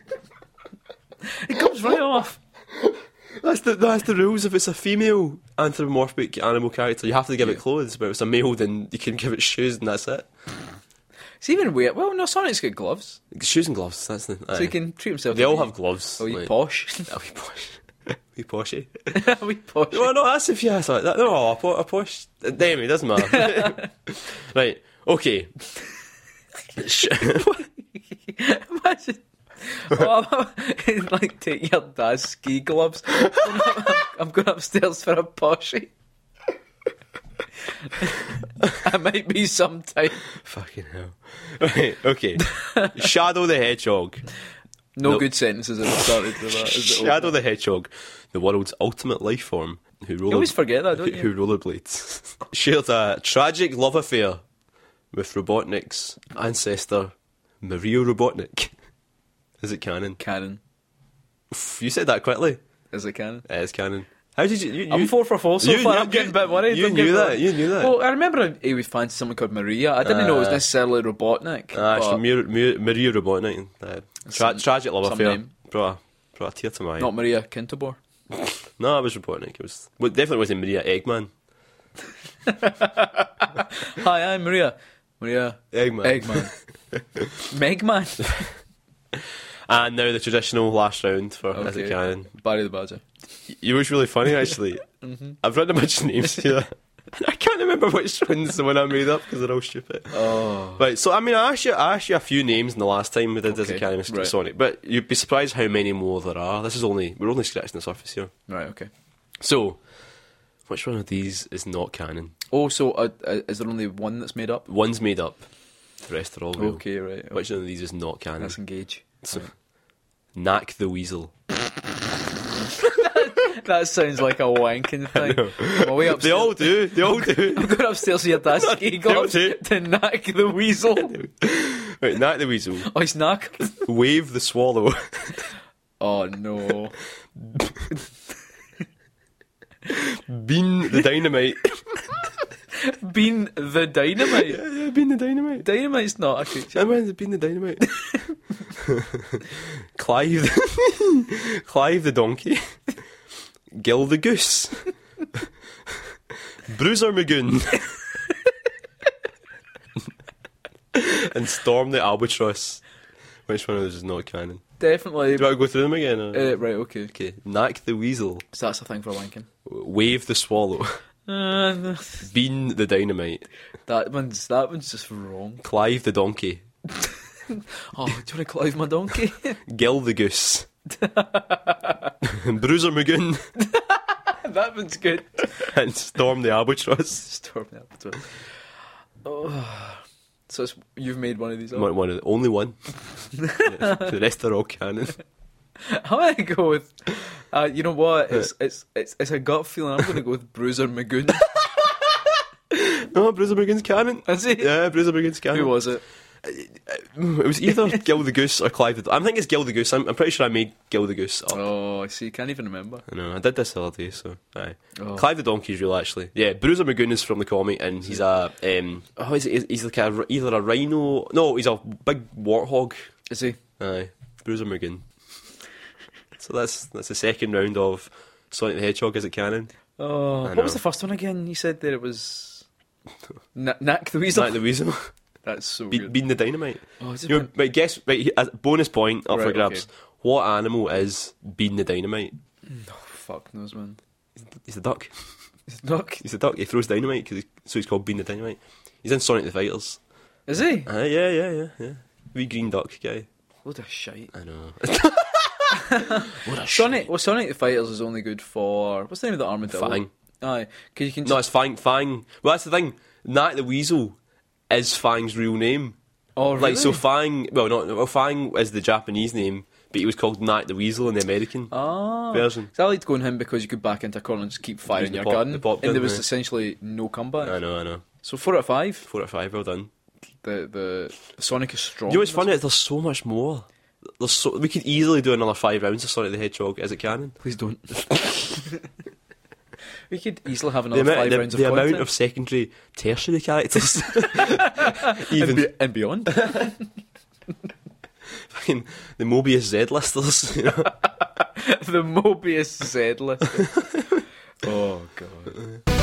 A: comes right off.
B: That's the that's the rules. If it's a female anthropomorphic animal character, you have to give it
A: Yeah.
B: clothes. But if it's a male, then you can give it shoes, and that's it.
A: It's even weird. Well, no, Sonic's got gloves,
B: Shoes and gloves. That's the.
A: so
B: aye.
A: he can treat himself.
B: They
A: to
B: all
A: being-
B: have gloves.
A: Oh, you
B: like-
A: posh.
B: Oh, you posh. you poshy.
A: we posh.
B: well, no, that's if you ask like that. No, a, po- a posh. Damn, it doesn't matter. right. Okay. Sh-
A: Imagine. Oh, I'm, like take your dad's ski gloves. I'm going upstairs for a poshie. I might be sometime.
B: Fucking hell. Right. Okay. Shadow the Hedgehog.
A: No
B: Nope.
A: good sentences ever started with that. Is it
B: Shadow the Hedgehog, the world's ultimate life form, who roller,
A: always forget that, don't
B: who, who rollerblades, shared a tragic love affair with Robotnik's ancestor, Mario Robotnik. Is it canon?
A: canon?
B: Oof, You said that quickly.
A: Is it canon?
B: It is canon. How did you? you, you
A: I'm four for four so
B: you-
A: far.
B: you-
A: I'm getting
B: you-
A: a bit worried.
B: you
A: I'm getting a
B: knew
A: bit
B: that,
A: worried.
B: you knew that.
A: Well, I remember he was fancying someone called Maria. I didn't know it was
B: Uh,
A: necessarily Robotnik.
B: Ah, it's
A: but
B: Mario, Mario, Mario Robotnik. Uh, tra-
A: Some-
B: tragic love
A: some
B: affair.
A: name.
B: Brought a, brought a tear to my eye.
A: not Maria Kintobor.
B: No, it was Robotnik. It was well, it definitely wasn't Maria Eggman.
A: Hi, I'm Maria. Maria
B: Eggman.
A: Eggman. Megman.
B: And now the traditional last round for Is it
A: Okay.
B: canon?
A: Barry the Badger.
B: You was really funny actually. I've written a bunch of names here. And Mm-hmm. I can't remember which one's the one I made up because they're all stupid.
A: Oh.
B: Right, so I mean, I asked you, I asked you a few names in the last time we did this
A: Okay,
B: Academy of
A: right.
B: Sonic, but you'd be surprised how many more there are. This is only we're only scratching the surface here.
A: Right, okay.
B: So, which one of these is not canon?
A: Oh, so uh, uh, is there only one that's made up?
B: One's made up, the rest are all real.
A: Okay, right. okay.
B: Which one of these is not canon?
A: Let's engage.
B: So, Knack the Weasel.
A: That sounds like a wanking thing. I'm away
B: They
A: upstairs.
B: all do. They all do.
A: I'm going upstairs to your dad's ski
B: don't
A: gloves
B: do.
A: to knack the weasel.
B: right, Knack the Weasel.
A: Oh, he's knack.
B: Wave the Swallow.
A: Oh, no.
B: Bean the Dynamite.
A: Bean the dynamite.
B: yeah, Bean the Dynamite.
A: Dynamite's not a creature.
B: That reminds been the dynamite. Clive, Clive the donkey, Gil the goose, Bruiser Magoon, and Storm the albatross. Which one of those is not canon?
A: Definitely.
B: Do I go through them again? Or?
A: Uh, right, okay.
B: okay, Knack the weasel,
A: So that's a thing for wanking.
B: Wave the swallow,
A: Uh,
B: Bean the dynamite,
A: that one's that one's just wrong.
B: Clive the donkey,
A: Oh, do you want to clive my donkey?
B: Gil the goose, Bruiser Magoon.
A: that one's good.
B: and storm the albatross.
A: Storm the Albatross. Oh. So it's, you've made one of these. Up.
B: One, one of the, only one. the rest are all canon.
A: I'm gonna go with. Uh, you know what? It's, it's it's it's a gut feeling. I'm gonna go with Bruiser Magoon.
B: No, Bruiser Morgan's canon.
A: Is he?
B: Yeah, Bruiser Morgan's canon.
A: Who was it?
B: It was either Gil the Goose or Clive the. I'm thinking it's Gil the Goose. I'm, I'm pretty sure I made Gil the Goose up.
A: Oh, I see. Can't even remember.
B: I know, I did this the other day, so. Aye.
A: Oh.
B: Clive the Donkey's real, actually. Yeah, Bruiser Magoon is from the comic, and he's a. Um, oh, is it, he's like a, r- either a rhino. No, he's a big warthog.
A: Is he?
B: Aye, Bruiser Magoon. so that's that's the second round of Sonic the Hedgehog is it canon?
A: Oh,
B: I
A: what
B: know.
A: was the first one again? You said that it was Na- Knack the
B: Is
A: Weasel.
B: that the reason?
A: That's so
B: Be-
A: good.
B: Being the dynamite.
A: oh, is it
B: You know, but guess. Right, he- a bonus point up for
A: Right,
B: grabs.
A: okay.
B: What animal is Bean the dynamite?
A: oh, fuck knows, man.
B: He's a duck.
A: Is it Knack?
B: He's a duck. He throws dynamite, 'cause he- so he's called Bean the dynamite. He's in Sonic the Fighters.
A: Is he?
B: Ah, yeah, yeah, yeah, yeah. Wee green duck guy.
A: What a shite.
B: I know.
A: Sonic, well, Sonic the Fighters is only good for what's the name of the armadillo?
B: Fang.
A: Aye, because you can
B: No,
A: just,
B: it's Fang. Fang. Well, that's the thing. Nat the Weasel is Fang's real name.
A: oh, really?
B: Like, so Fang. Well, not. Well, Fang is the Japanese name, but he was called Nat the Weasel in the American
A: Ah,
B: version.
A: 'Cause I liked going him because you could back into a corner and just keep firing
B: the
A: your
B: pop-
A: gun,
B: the pop
A: and there
B: gun,
A: was
B: yeah.
A: essentially no comeback.
B: I know, I know.
A: So four out of five.
B: Four out of five. Well done.
A: The the, the Sonic is strong.
B: You know what's funny? There's so much more. There's so we could easily do another five rounds of Sonic the Hedgehog as it canon.
A: Please don't. we could easily have
B: The,
A: another
B: amount,
A: five
B: the,
A: rounds
B: the
A: of
B: amount
A: content.
B: of secondary, tertiary characters,
A: and,
B: even
A: be- and beyond.
B: fucking the Mobius Z listers. You know?
A: the Mobius Z list. oh god.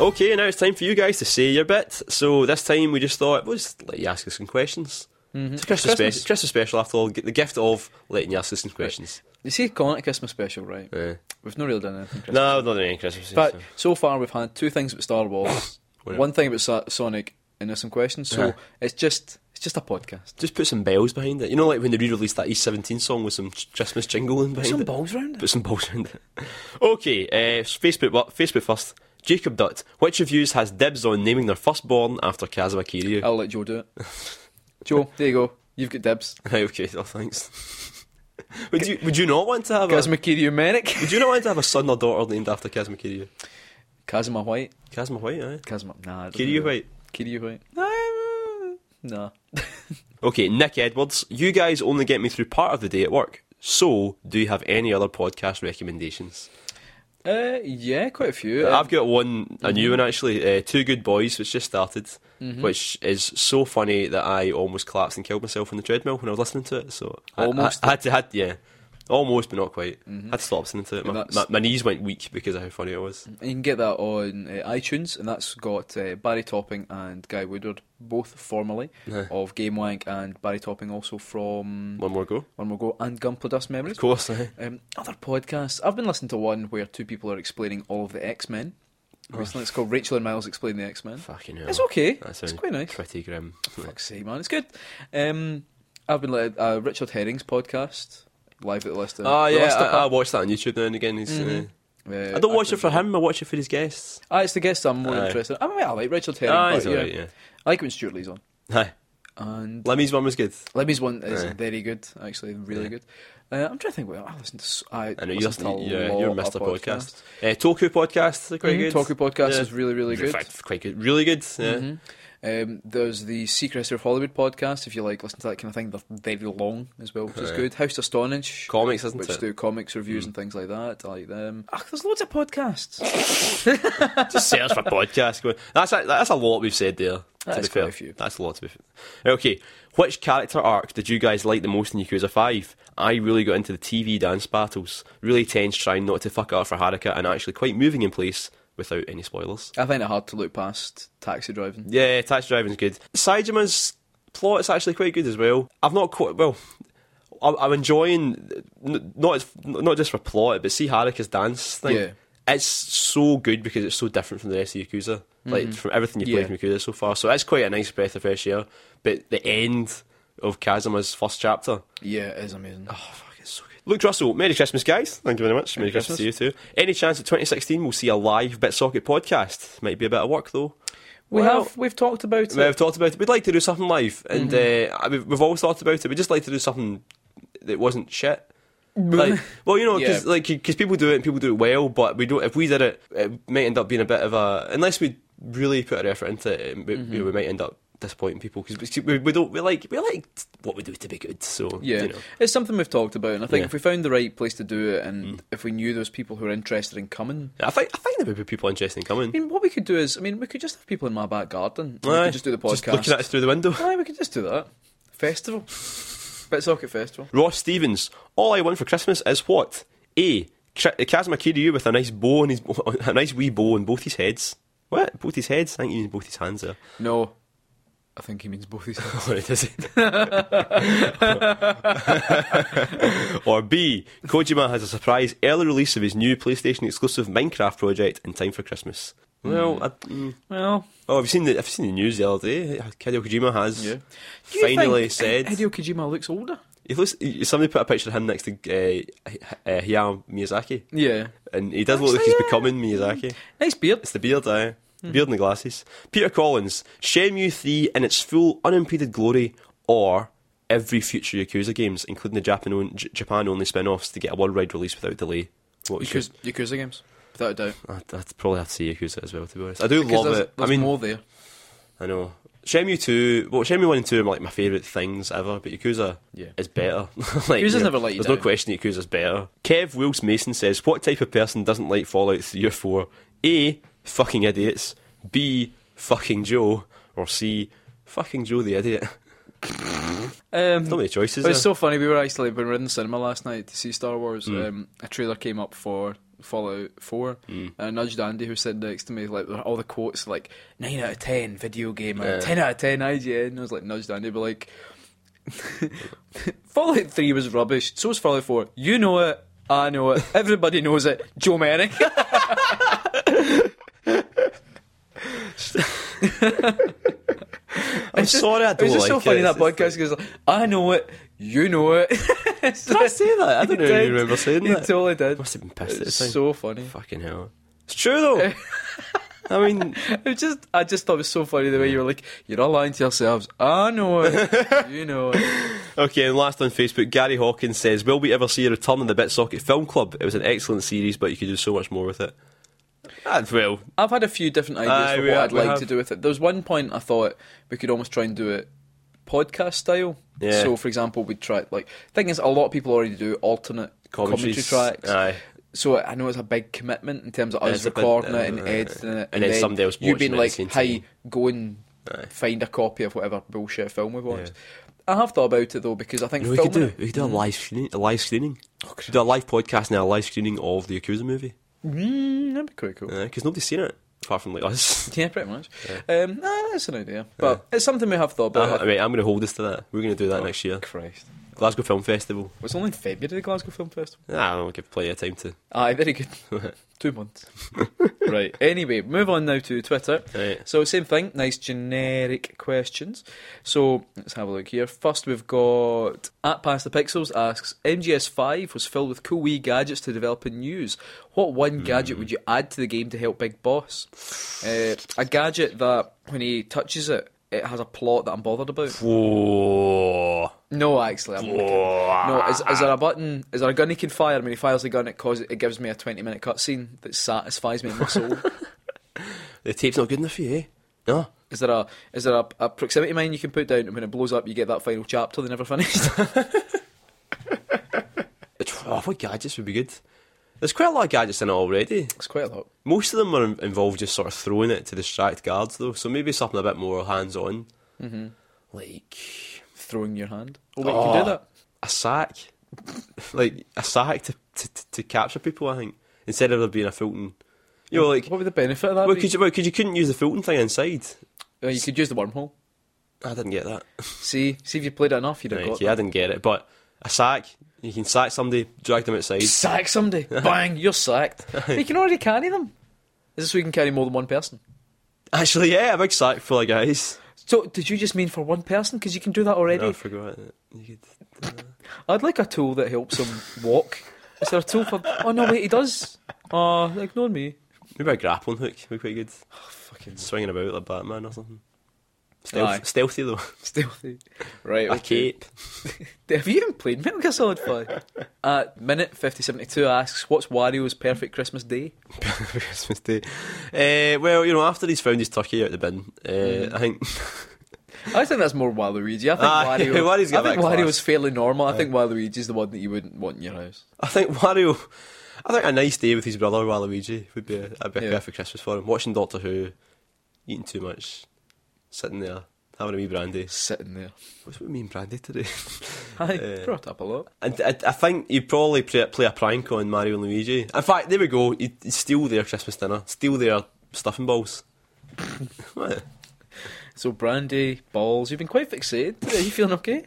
B: Okay, now it's time for you guys to say your bit. So this time we just thought we'll just let you ask us some questions. It's a Christmas,
A: Mm-hmm. Christmas.
B: Spe- Christmas special, after all, get the gift of letting you ask us some questions.
A: You see, calling it a Christmas special, right?
B: Eh.
A: We've not really done anything. Christmas.
B: no, not doing any Christmas.
A: But so far, we've had two things about Star Wars,
B: Whatever.
A: one thing about Sa- Sonic, and there's some questions. So
B: Uh-huh.
A: it's just it's just a podcast.
B: just put some bells behind it. You know, like when they re-released that E17 song with some ch- Christmas jingle in behind it.
A: balls round
B: Put some balls around it. Okay, uh, Facebook, wa- Facebook first. Jacob Dutt, which of yous has dibs on naming their firstborn after Kazuma Kiryu?
A: I'll let Joe do it. Joe, there you go. You've got dibs.
B: Right, okay, oh, thanks. would you Would you not want to have a,
A: Kazuma Kiryu Manic.
B: Would you not want to have a son or daughter named after Kazuma Kiryu?
A: Kazuma White.
B: Kazuma White, eh?
A: Kazuma. Nah. it doesn't
B: Kiryu
A: really-
B: White.
A: Kiryu White. Nah. Nah.
B: Okay, Nick Edwards, you guys only get me through part of the day at work. So, do you have any other podcast recommendations?
A: Uh, yeah, Mm-hmm. quite a few. Um,
B: I've got one, a new one actually, uh, Two Good Boys, which just started,
A: Mm-hmm.
B: which is so funny that I almost collapsed and killed myself on the treadmill when I was listening to it. So I-
A: Almost?
B: I, I had to, had yeah, almost but not quite. I had to stop listening to it.
A: Yeah,
B: My,
A: that's-
B: my, my knees went weak because of how funny it was.
A: you can get that on uh, iTunes, and that's got uh, Barry Topping and Guy Woodward, both formerly
B: Yeah.
A: of Game Wank, and Barry Topping also from
B: One more go,
A: One More Go and Gunpla Dust Memories.
B: of course. eh?
A: Um, other podcasts. I've been listening to one where two people are explaining all of the X Men.
B: Oh.
A: Recently, it's called Rachel and Miles Explain the X Men.
B: Fucking hell,
A: It's okay.
B: That
A: It's
B: sounds
A: quite nice.
B: pretty grim.
A: Fuck's sake, man, it's good. Um, I've been li- uh, Richard Herring's podcast live at the list.
B: Oh yeah, I, I watch that on YouTube now and again. He's, uh,
A: Mm-hmm.
B: I don't watch it for him. I watch it for his guests.
A: Ah, it's the guest I'm more
B: Aye.
A: interested. I mean, I like Richard Herring.
B: Ah,
A: but,
B: he's
A: yeah.
B: alright, yeah.
A: I like it when Stuart Lee's on.
B: Aye.
A: And
B: Lemmy's one was good.
A: Lemmy's one is
B: Aye.
A: very good, actually, really
B: Yeah.
A: good. Uh, I'm trying to think. Well, I listen to. s- I,
B: I know you
A: listen
B: listen.
A: to a
B: Yeah,
A: lot
B: you're
A: of
B: Mr.
A: podcasts.
B: Podcast. Uh, Toku podcast is quite
A: Mhm,
B: good.
A: Talkie podcast
B: Yeah.
A: is really, really
B: In
A: good.
B: fact, quite good. Really good. Yeah.
A: Mhm. Um, there's the Secret History of Hollywood podcast. If you like listen to that kind of thing, they're very long as well, which is
B: Aye.
A: good. House to Astonish,
B: Comics, isn't
A: which
B: it? Mm.
A: do comics reviews and things like that. I like them. Ah, there's loads of podcasts.
B: Just search for podcast. Go- That's a, that's a lot we've said there.
A: That
B: to
A: is
B: be fair.
A: quite a few.
B: That's a lot to be fair. Okay, which character arc did you guys like the most in Yakuza 5? I really got into the TV dance battles. Really tense trying not to fuck up for Haruka and actually quite moving in place without any spoilers.
A: I find it hard to look past taxi driving.
B: Yeah, taxi driving's good. Saijima's plot is actually quite good as well. I've not quite well. I'm I'm enjoying n- not as- not just for plot, but see Haruka's dance thing.
A: Yeah.
B: It's so good because it's so different from the rest of Yakuza, like from everything you
A: Yeah.
B: played from Yakuza so far. So it's quite a nice breath of fresh air. But the end of Kazuma's first chapter,
A: Yeah, it is amazing.
B: oh fuck, it's so good. Luke Russell, Merry Christmas, guys. Thank you very much. Merry, Christmas. to you too. Any chance that 2016 we'll see a live BitSocket podcast? Might be a bit of work though.
A: We
B: Well-
A: have we've talked about it. Mm-hmm.
B: We've talked about it. We'd like to do something live, and uh, I- we've, we've always thought about it. We'd just like to do something that wasn't shit. Like, well, you know, because
A: Yeah.
B: people do it and people do it well, but we don't. If we did it, it might end up being a bit of a unless we really put our effort into it, we, we-
A: Mm-hmm.
B: we might end up disappointing people because we, we, we don't. We like we like what we do to be good. So
A: Yeah,
B: you know.
A: it's something we've talked about, and I think
B: Yeah. Mm.
A: if we found the right place to do it, and if we knew those people who are interested in coming,
B: I think I think there would be people interested in
A: I
B: coming.
A: mean, what we could do is, I mean, we could just have people in my back garden. and we
B: Aye,
A: could just do the
B: Just looking at
A: podcast.
B: us through the window.
A: Aye, we could just do that festival, Bitsocket Festival.
B: Ross Stevens, all I want for Christmas is what? A. Kra- Kazuma Kiryu with a nice bow and his a nice wee bow on both his heads. What? Both his heads? I think he means both his hands there.
A: No, I think he means both his hands.
B: Or it is or B. Kojima has a surprise early release of his new PlayStation exclusive Minecraft project in time for Christmas. Well, I, mm.
A: Well,
B: oh, have you seen the have you seen the news the other day? Hideo Kojima has
A: yeah. Do you
B: finally
A: think
B: said
A: Hideo Kojima looks older.
B: He looks, somebody put a picture of him next to uh, H- uh, Hayao Miyazaki,
A: Yeah,
B: and he does look like he's
A: Actually, yeah.
B: becoming Miyazaki.
A: nice beard.
B: It's the beard, aye. Beard and the glasses. Peter Collins, Shenmue 3 in its full unimpeded glory, or every future Yakuza games, including the Japan on- J- Japan only spin offs, to get a worldwide release without delay. What was
A: Yakuza, Yakuza games, without a doubt.
B: your- I'd, I'd probably have to say Yakuza as well, to be honest. I do
A: Because
B: love
A: there's,
B: it. I
A: there's
B: mean,
A: more there.
B: I know. Shenmue 2, well, Shenmue 1 and 2 are like my favourite things ever, but Yakuza
A: Yeah.
B: is better. like,
A: Yakuza's
B: you know,
A: never let you
B: There's no
A: down.
B: question Yakuza's better. Kev Wills Mason says, What type of person doesn't like Fallout 3 or 4? A. Fucking idiots. B. Fucking Joe. Or C. Fucking Joe the idiot.
A: Um,
B: Not many choices.
A: It was
B: there.
A: so funny. We were actually when we were in the cinema last night to see Star Wars.
B: Hmm.
A: Um, a trailer came up for Fallout Four,
B: Hmm.
A: and I nudged Andy, who's sitting next to me, like all the quotes like nine out of ten video game, or
B: Yeah.
A: ten out of ten IGN. And I was like nudged Andy, but like Fallout Three was rubbish. So was Fallout Four. You know it. I know it. Everybody knows it. Joe Merrick.
B: I'm sorry I
A: It
B: don't
A: was just
B: like
A: so funny
B: it.
A: that podcast because like, I know it. You know it.
B: Did I say that? I don't
A: He
B: know if
A: did.
B: you remember saying
A: He
B: that.
A: totally did.
B: Must have been pissed at the
A: It's
B: time.
A: so funny.
B: Fucking hell. It's true though. I mean,
A: It just, I just thought it was so funny the way you were like, you're all lying to yourselves. I know it. you know it.
B: Okay, and last on Facebook, Gary Hawkins says, Will we ever see a return of the Bitsocket Film Club? It was an excellent series, but you could do so much more with it. And well,
A: I've had a few different ideas
B: Aye,
A: for
B: we
A: what
B: have-
A: I'd
B: we
A: like
B: have.
A: to do with it. There was one point I thought we could almost try and do it podcast style.
B: Yeah.
A: So, for example, we'd try like thing is a lot of people already do alternate commentary
B: commentaries.
A: tracks.
B: Aye.
A: So I know it's a big commitment in terms of us
B: It's a bit-
A: recording it
B: uh,
A: and editing it,
B: and then somebody else
A: you
B: watching
A: being
B: it at
A: like,
B: the same
A: "Hey,
B: time."
A: go and
B: Aye.
A: find a copy of whatever bullshit film we watched."
B: Yeah.
A: I have thought about it though because I think
B: You know what we could
A: filming Hmm. Oh,
B: do? We could do a live screening. A live screening. We could do a live podcast and a live screening of the Yakuza movie.
A: Mm, that'd be quite cool.
B: Because nobody's seen it, apart from like us.
A: Yeah, pretty much. Um, nah, that's an idea, but it's something we have thought
B: Uh,
A: about.
B: I mean, I'm going to hold us to that. We're going to do
A: Oh,
B: that next year.
A: Christ,
B: Glasgow Film Festival.
A: Well, it's only February the Glasgow Film Festival.
B: Nah, I'll give plenty of time to.
A: Aye, very good. Two months. right. Anyway, move on now to Twitter.
B: Right.
A: So same thing. Nice generic questions. So let's have a look here. First, we've got at past the pixels asks MGS Five was filled with cool wee gadgets to develop and use. What one gadget would you add to the game to help Big Boss? Uh, a gadget that when he touches it, it has a plot that I'm bothered about.
B: Whoa.
A: No, actually, I'm only kidding.
B: Whoa.
A: No, is, is there a button? Is there a gun he can fire? When he fires the gun, it causes it gives me a twenty minute cutscene that satisfies me in my soul.
B: The tape's not good enough for you, eh? No.
A: is there a is there a, a proximity mine you can put down, and when it blows up, you get that final chapter they never finished?
B: Oh, what gadgets would be good? There's quite a lot of gadgets in it already.
A: it's quite a lot.
B: Most of them are in- involved just sort of throwing it to distract guards, though. So maybe something a bit more hands on, mm-hmm. like
A: Throwing your hand. Oh, wait, you can do
B: Oh.
A: that.
B: a sack, like a sack to, to to- to capture people. I think instead of there being a Fulton, you know, like
A: What would the benefit of that
B: well,
A: be?
B: could you, well, could you couldn't use the Fulton thing inside.
A: Oh, you could use the wormhole.
B: I didn't get that.
A: See, see if you played it enough, you'd have
B: Right,
A: got.
B: yeah, I
A: Yeah.
B: didn't get it. But a sack, you can sack somebody, drag them outside.
A: Sack somebody. Bang, you're sacked. But you can already carry them. Is this so you can carry more than one person?
B: Actually, yeah, a big sack full of guys.
A: So, did you just mean for one person? Because you can do that already.
B: Oh, I forgot. You could,
A: I'd like a tool that helps him walk. Is there a tool for? Oh no, wait, he does. Oh, ignore me.
B: Maybe a grappling hook would be quite good.
A: Oh, Fucking
B: Swinging about like Batman or something.
A: Aye.
B: Stealth, stealthy though.
A: stealthy. Right.
B: A cape.
A: Have you even played Metal Gear Solid Five? uh, minute fifty seventy two asks, "What's Wario's perfect Christmas day?"
B: Christmas Day. Uh, well, you know, after he's found his turkey out the bin, uh,
A: Mm-hmm.
B: I think.
A: I think that's more Waluigi. I think
B: Aye,
A: Wario.
B: Wario's got
A: I think
B: that class.
A: Ah, Wario's fairly normal. I think Waluigi's the one that you wouldn't want in your house.
B: I think Wario. I think a nice day with his brother Waluigi would be a, a bit
A: Yeah.
B: perfect Christmas for him. Watching Doctor Who, eating too much, sitting there having a wee brandy.
A: sitting there.
B: What's with me and brandy today?
A: I
B: Uh,
A: brought up a lot.
B: And I, I think you probably play, play a prank on Mario and Luigi. In fact, there we go. You, you steal their Christmas dinner, steal their stuffing balls. what?
A: So brandy balls. You've been quite fixated. today. Are you feeling okay?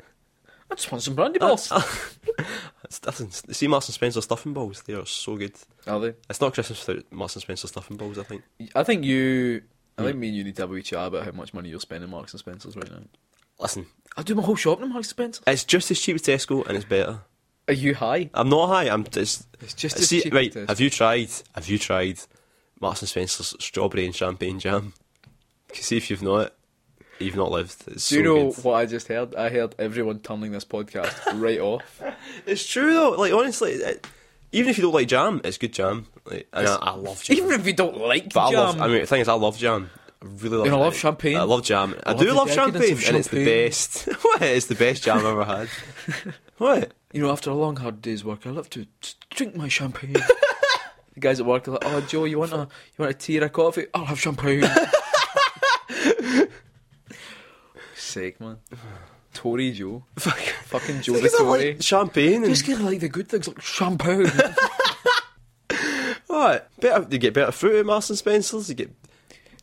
A: I just want some brandy balls.
B: That's- that's- see, Marks and Spencer stuffing balls. They are so good.
A: Are they?
B: It's not Christmas without Marks and Spencer stuffing balls. I think.
A: I think you. I
B: Mm.
A: think me and you need to have a wee chat about how much money you're spending Marks and Spencers right now.
B: Listen,
A: I do my whole shopping at Marks and Spencers.
B: it's just as cheap as Tesco, and it's better.
A: Are you high?
B: I'm not high. I'm just.
A: It's just as
B: see,
A: cheap
B: right.
A: as Tesco.
B: Have you tried? Have you tried Marks and Spencer's strawberry and champagne jam? 'Cause See if you've not. You've not lived. It's
A: Do you
B: so
A: know
B: good.
A: what I just heard? I heard everyone turning this podcast right off.
B: It's true though. Like honestly, it, even if you don't like jam, it's good jam. Like, and I, I love jam.
A: Even if you don't like
B: but
A: jam,
B: I love. I mean, the thing is, I love jam. I really love.
A: And I love
B: it.
A: champagne.
B: I love jam. I,
A: love
B: do
A: the
B: love
A: decadence
B: champagne,
A: of
B: and it's the
A: champagne.
B: best. what? It's the best jam I've ever had. what?
A: you know, after a long hard day's work, I love to t- drink my champagne. the guys at work are like, "Oh, Joe, you want a you want a tea or a coffee? I'll have champagne." Sake, man. Tory Joe,
B: Fuck.
A: fucking Joe the
B: Because I
A: Tory.
B: like champagne and
A: Just kind of like the good things, like champagne.
B: what? Better you get better fruit at Marks and Spencers. You get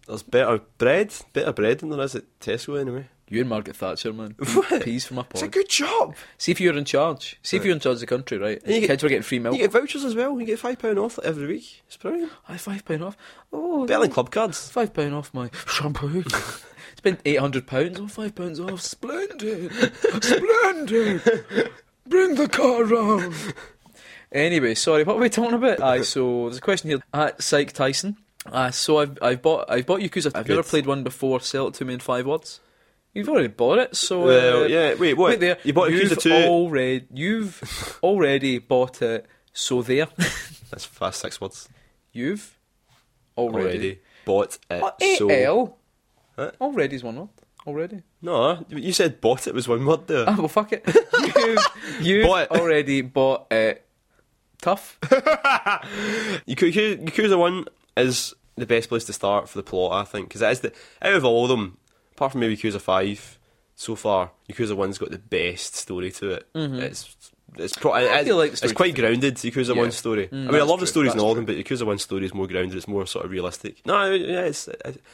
B: there's better bread, better bread than there is at Tesco anyway.
A: you and Margaret Thatcher, man.
B: What?
A: Peas from my
B: It's a
A: pod.
B: good job.
A: See if you're in charge. See if you're in charge of the country, right?
B: you get-
A: Kids were getting free milk.
B: You get vouchers as well. You get five pound off every week. It's brilliant.
A: I five pound off. Oh,
B: Better than club cards.
A: five pound off my shampoo. Spent eight hundred pounds on five pounds off. Splendid, splendid. Bring the car round. Anyway, sorry, what were we talking about? Aye, so there's a question here at Psych Tyson. Uh, so I've I've bought I've bought Yakuza. Have you ever
B: Good.
A: played one before? Sell it to me in five words. You've already bought it, so uh,
B: Well, yeah. Wait, what?
A: wait there.
B: You bought a
A: you've
B: Yakuza two.
A: Already, you've already bought it. So there,
B: That's fast six words.
A: you've
B: Already,
A: already.
B: bought it.
A: Uh,
B: so Oh,
A: AL.
B: Huh?
A: Already's one up. Already.
B: no, you said bought it was one word there.
A: Ah, well, fuck it. You've, you've
B: Bought it.
A: already bought it. Tough.
B: Yakuza, Yakuza One is the best place to start for the plot, I think, because it is the out of all of them, apart from maybe Yakuza Five, so far Yakuza One's got the best story to it. It's it's pro- it-
A: Mm-hmm. feel like the Mm.
B: it's
A: story-
B: quite grounded. Yakuza
A: Yeah.
B: One's story. I mean, I
A: that's
B: love the
A: true,
B: stories in
A: that's
B: all of them, but Yakuza One's story is more grounded. It's more sort of realistic. No, yeah, it's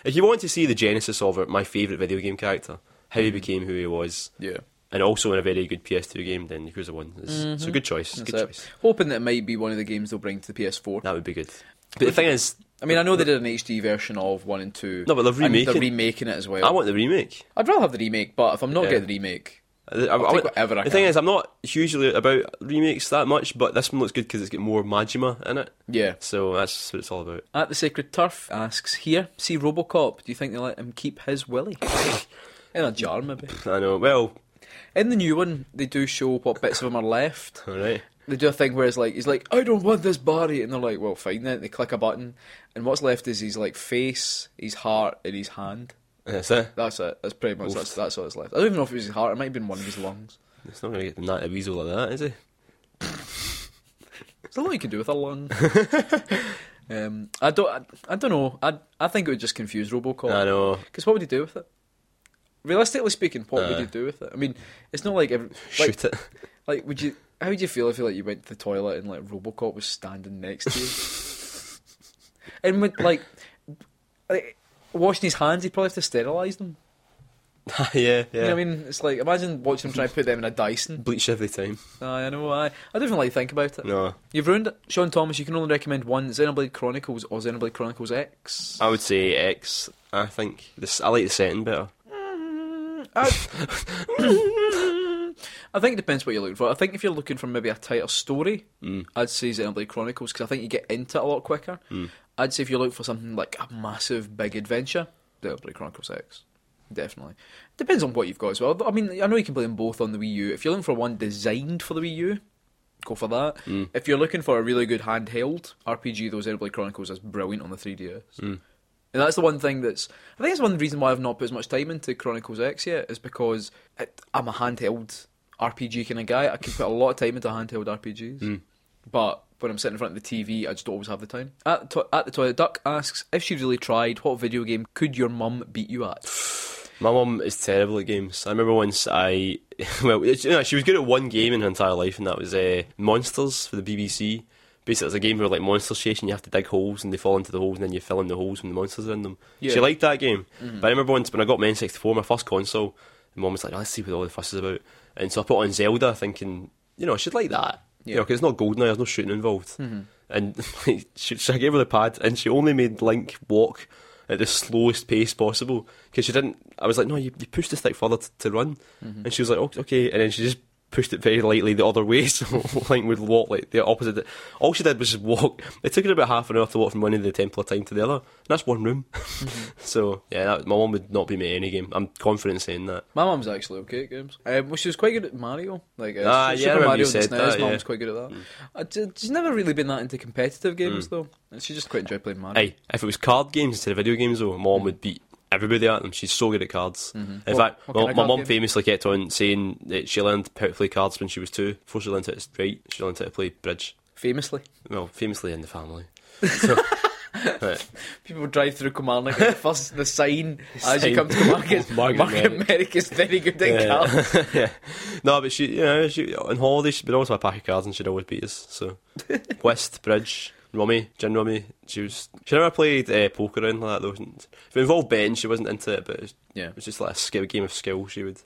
B: if you want to see the genesis of it, my favourite video game character, how he became who he was.
A: Mm-hmm. Yeah.
B: And also in a very good PS2 game, then Yakuza One is it's a good choice.
A: Mm-hmm. That's
B: Good
A: it.
B: choice.
A: Hoping that it might be one of the games they'll bring to the PS4.
B: That would be good. But the thing is,
A: I mean, I know they did an HD version of 1 and 2.
B: No, but they're
A: and
B: remaking-
A: They're remaking it as well.
B: I want the remake.
A: I'd rather have the remake, but if I'm not
B: Yeah.
A: getting the remake,
B: I- I-
A: I'll
B: I
A: take
B: want-
A: whatever I
B: the thing
A: can.
B: is, I'm not hugely about remakes that much, but this one looks good because it's got more Majima in it.
A: yeah.
B: So that's what it's all about.
A: At the Sacred Turf asks here, see Robocop. Do you think they let him keep his willy? In a jar, maybe.
B: I know. Well,
A: In the new one, they do show what bits of him are left.
B: all right.
A: They do a thing where it's like he's like, I don't want this body, and they're like, well, fine then. They click a button, and what's left is his like face, his heart, and his hand.
B: That's it.
A: That's it. That's pretty much
B: Oof.
A: that's that's all that's left. I don't even know if it was his heart. It might have been one of his lungs.
B: It's not going to get the Nat a Weasel like that, is it?
A: There's a lot you can do with a lung. um, I don't. I, I don't know. I I think it would just confuse
B: I
A: RoboCop.
B: know.
A: Because what would he do with it? Realistically speaking, what would
B: Uh.
A: you do with it? I mean, it's not like every, like
B: Shoot it.
A: like would you? How would you feel if you like you went to the toilet and like RoboCop was standing next to you? and with like, like washing his hands, he'd probably have to sterilise them.
B: Ah, yeah, yeah.
A: You know what I mean? It's like imagine watching him try to put them in a Dyson.
B: Bleach every time.
A: Aye, I know. I I don't even like to think about it.
B: No.
A: You've ruined it, Sean Thomas. You can only recommend one: Xenoblade Chronicles or Xenoblade Chronicles X.
B: I would say X. I think this. I like the setting better.
A: I, I think it depends what you're looking for. I think if you're looking for maybe a tighter story,
B: Mm.
A: I'd say Xenoblade Chronicles because I think you get into it a lot quicker. I'd say if you're looking for something like a massive big adventure, Xenoblade Chronicles X. Definitely. Depends on what you've got as well. I mean, I know you can play them both on the Wii U. If you're looking for one designed for the Wii U, go for that. If you're looking for a really good handheld RPG, though, Xenoblade Chronicles is brilliant on the 3DS. And that's the one thing that's. I think that's one reason why I've not put as much time into Chronicles X yet, is because it, I'm a handheld RPG kind of guy. I can put a lot of time into handheld RPGs. But when I'm sitting in front of the TV, I just don't always have the time. At, to- at the Toilet Duck asks, if she really tried, what video game could your mum beat you at?
B: My mum is terrible at games. I remember once I, well, it's- you know, she was good at one game in her entire life, and that was uh, Monsters for the BBC. Basically, it's a game where like monsters chase, and you have to dig holes, and they fall into the holes, and then you fill in the holes when the monsters are in them.
A: Yeah.
B: She liked that game, but I remember once when I got my N64, my first console, my mum was like, "Let's see what all the fuss is about," and so I put on Zelda, thinking, you know, I should like that, yeah, you
A: Yeah.
B: know, 'cause it's not golden, there's no shooting involved, and like, she, she, I gave her the pad, and she only made Link walk at the slowest pace possible because she didn't. I was like, no, you, you push the stick further t- to run, and she was like, "Ok- okay, and then she just pushed it very lightly the other way, so Link would walk like the opposite. All she did was just walk. It took her about half an hour to walk from one end of the Templar Time to the other, and that's one room.
A: Mm-hmm.
B: so yeah, that, my mum would not be me at any game. I'm confident in saying that.
A: My mum's actually okay at games. Um, well, she was quite good at Mario. Like, uh, Su-
B: Ah, yeah, I
A: Super
B: remember
A: Mario
B: you
A: NES,
B: said that,
A: E mum's
B: yeah. Mm.
A: quite good at that. I ju- she's never really been that into competitive games, though. And she just quite enjoyed playing Mario.
B: Aye, if it was card games instead of video games, though, my mum would beat everybody at them. She's so good at cards. In
A: Mm-hmm. What-
B: fact,
A: what
B: my-
A: kind of
B: my
A: card
B: mum
A: game?
B: famously kept on saying that she learned how to play cards when she was two. Before she learned how to write, she learned how to play bridge.
A: Famously.
B: Well, famously in the family. So, right.
A: People would drive through Kilmarnock and the first the sign as you
B: Sign.
A: come to Kilmarnock is
B: Margaret
A: Margaret, Merrick is very good at
B: Yeah.
A: cards.
B: yeah. No, but she, you know, she, on holiday, she'd always have a pack of cards and she'd always beat us. So, Whist, Bridge, Rummy, Gin Rummy. She was. She never played uh, poker or anything like that, though. If it involved betting, she wasn't into it, but it was,
A: Yeah.
B: it was just like a skill, game of skill she would.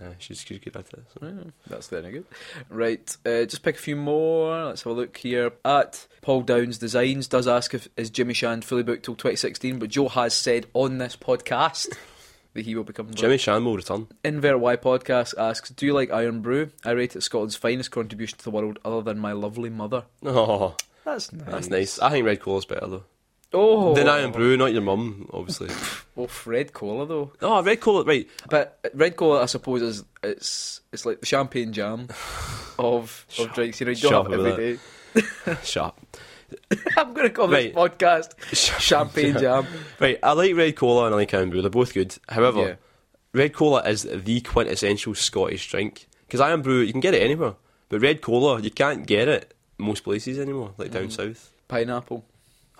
B: Uh, she's, she's good at it. So.
A: That's very good. Right, uh, just pick a few more. Let's have a look here. At Paul Downs Designs does ask if is Jimmy Shand fully booked till 2016, but Joe has said on this podcast that he will become.
B: Jimmy Shan will return.
A: Invert Y podcast asks, "Do you like Iron Brew? I rate it Scotland's finest contribution to the world, other than my lovely mother."
B: Oh,
A: That's nice.
B: that's nice. I think Red Coala's better, though.
A: Oh,
B: Then Iron Brew, not your mum, obviously.
A: Oh, Red Cola though.
B: oh, Red Cola, right.
A: But Red Cola, I suppose, is it's it's like the champagne jam of of drinks. You know, you
B: shut
A: don't
B: up
A: have
B: with
A: every day.
B: Sharp.
A: I'm going to call
B: Right.
A: this podcast champagne jam.
B: Right, I like Red Cola and I like Iron Brew. They're both good. However,
A: Yeah.
B: Red Cola is the quintessential Scottish drink. Because Iron Brew, you can get it anywhere. But Red Cola, you can't get it most places anymore, like down south.
A: Pineapple.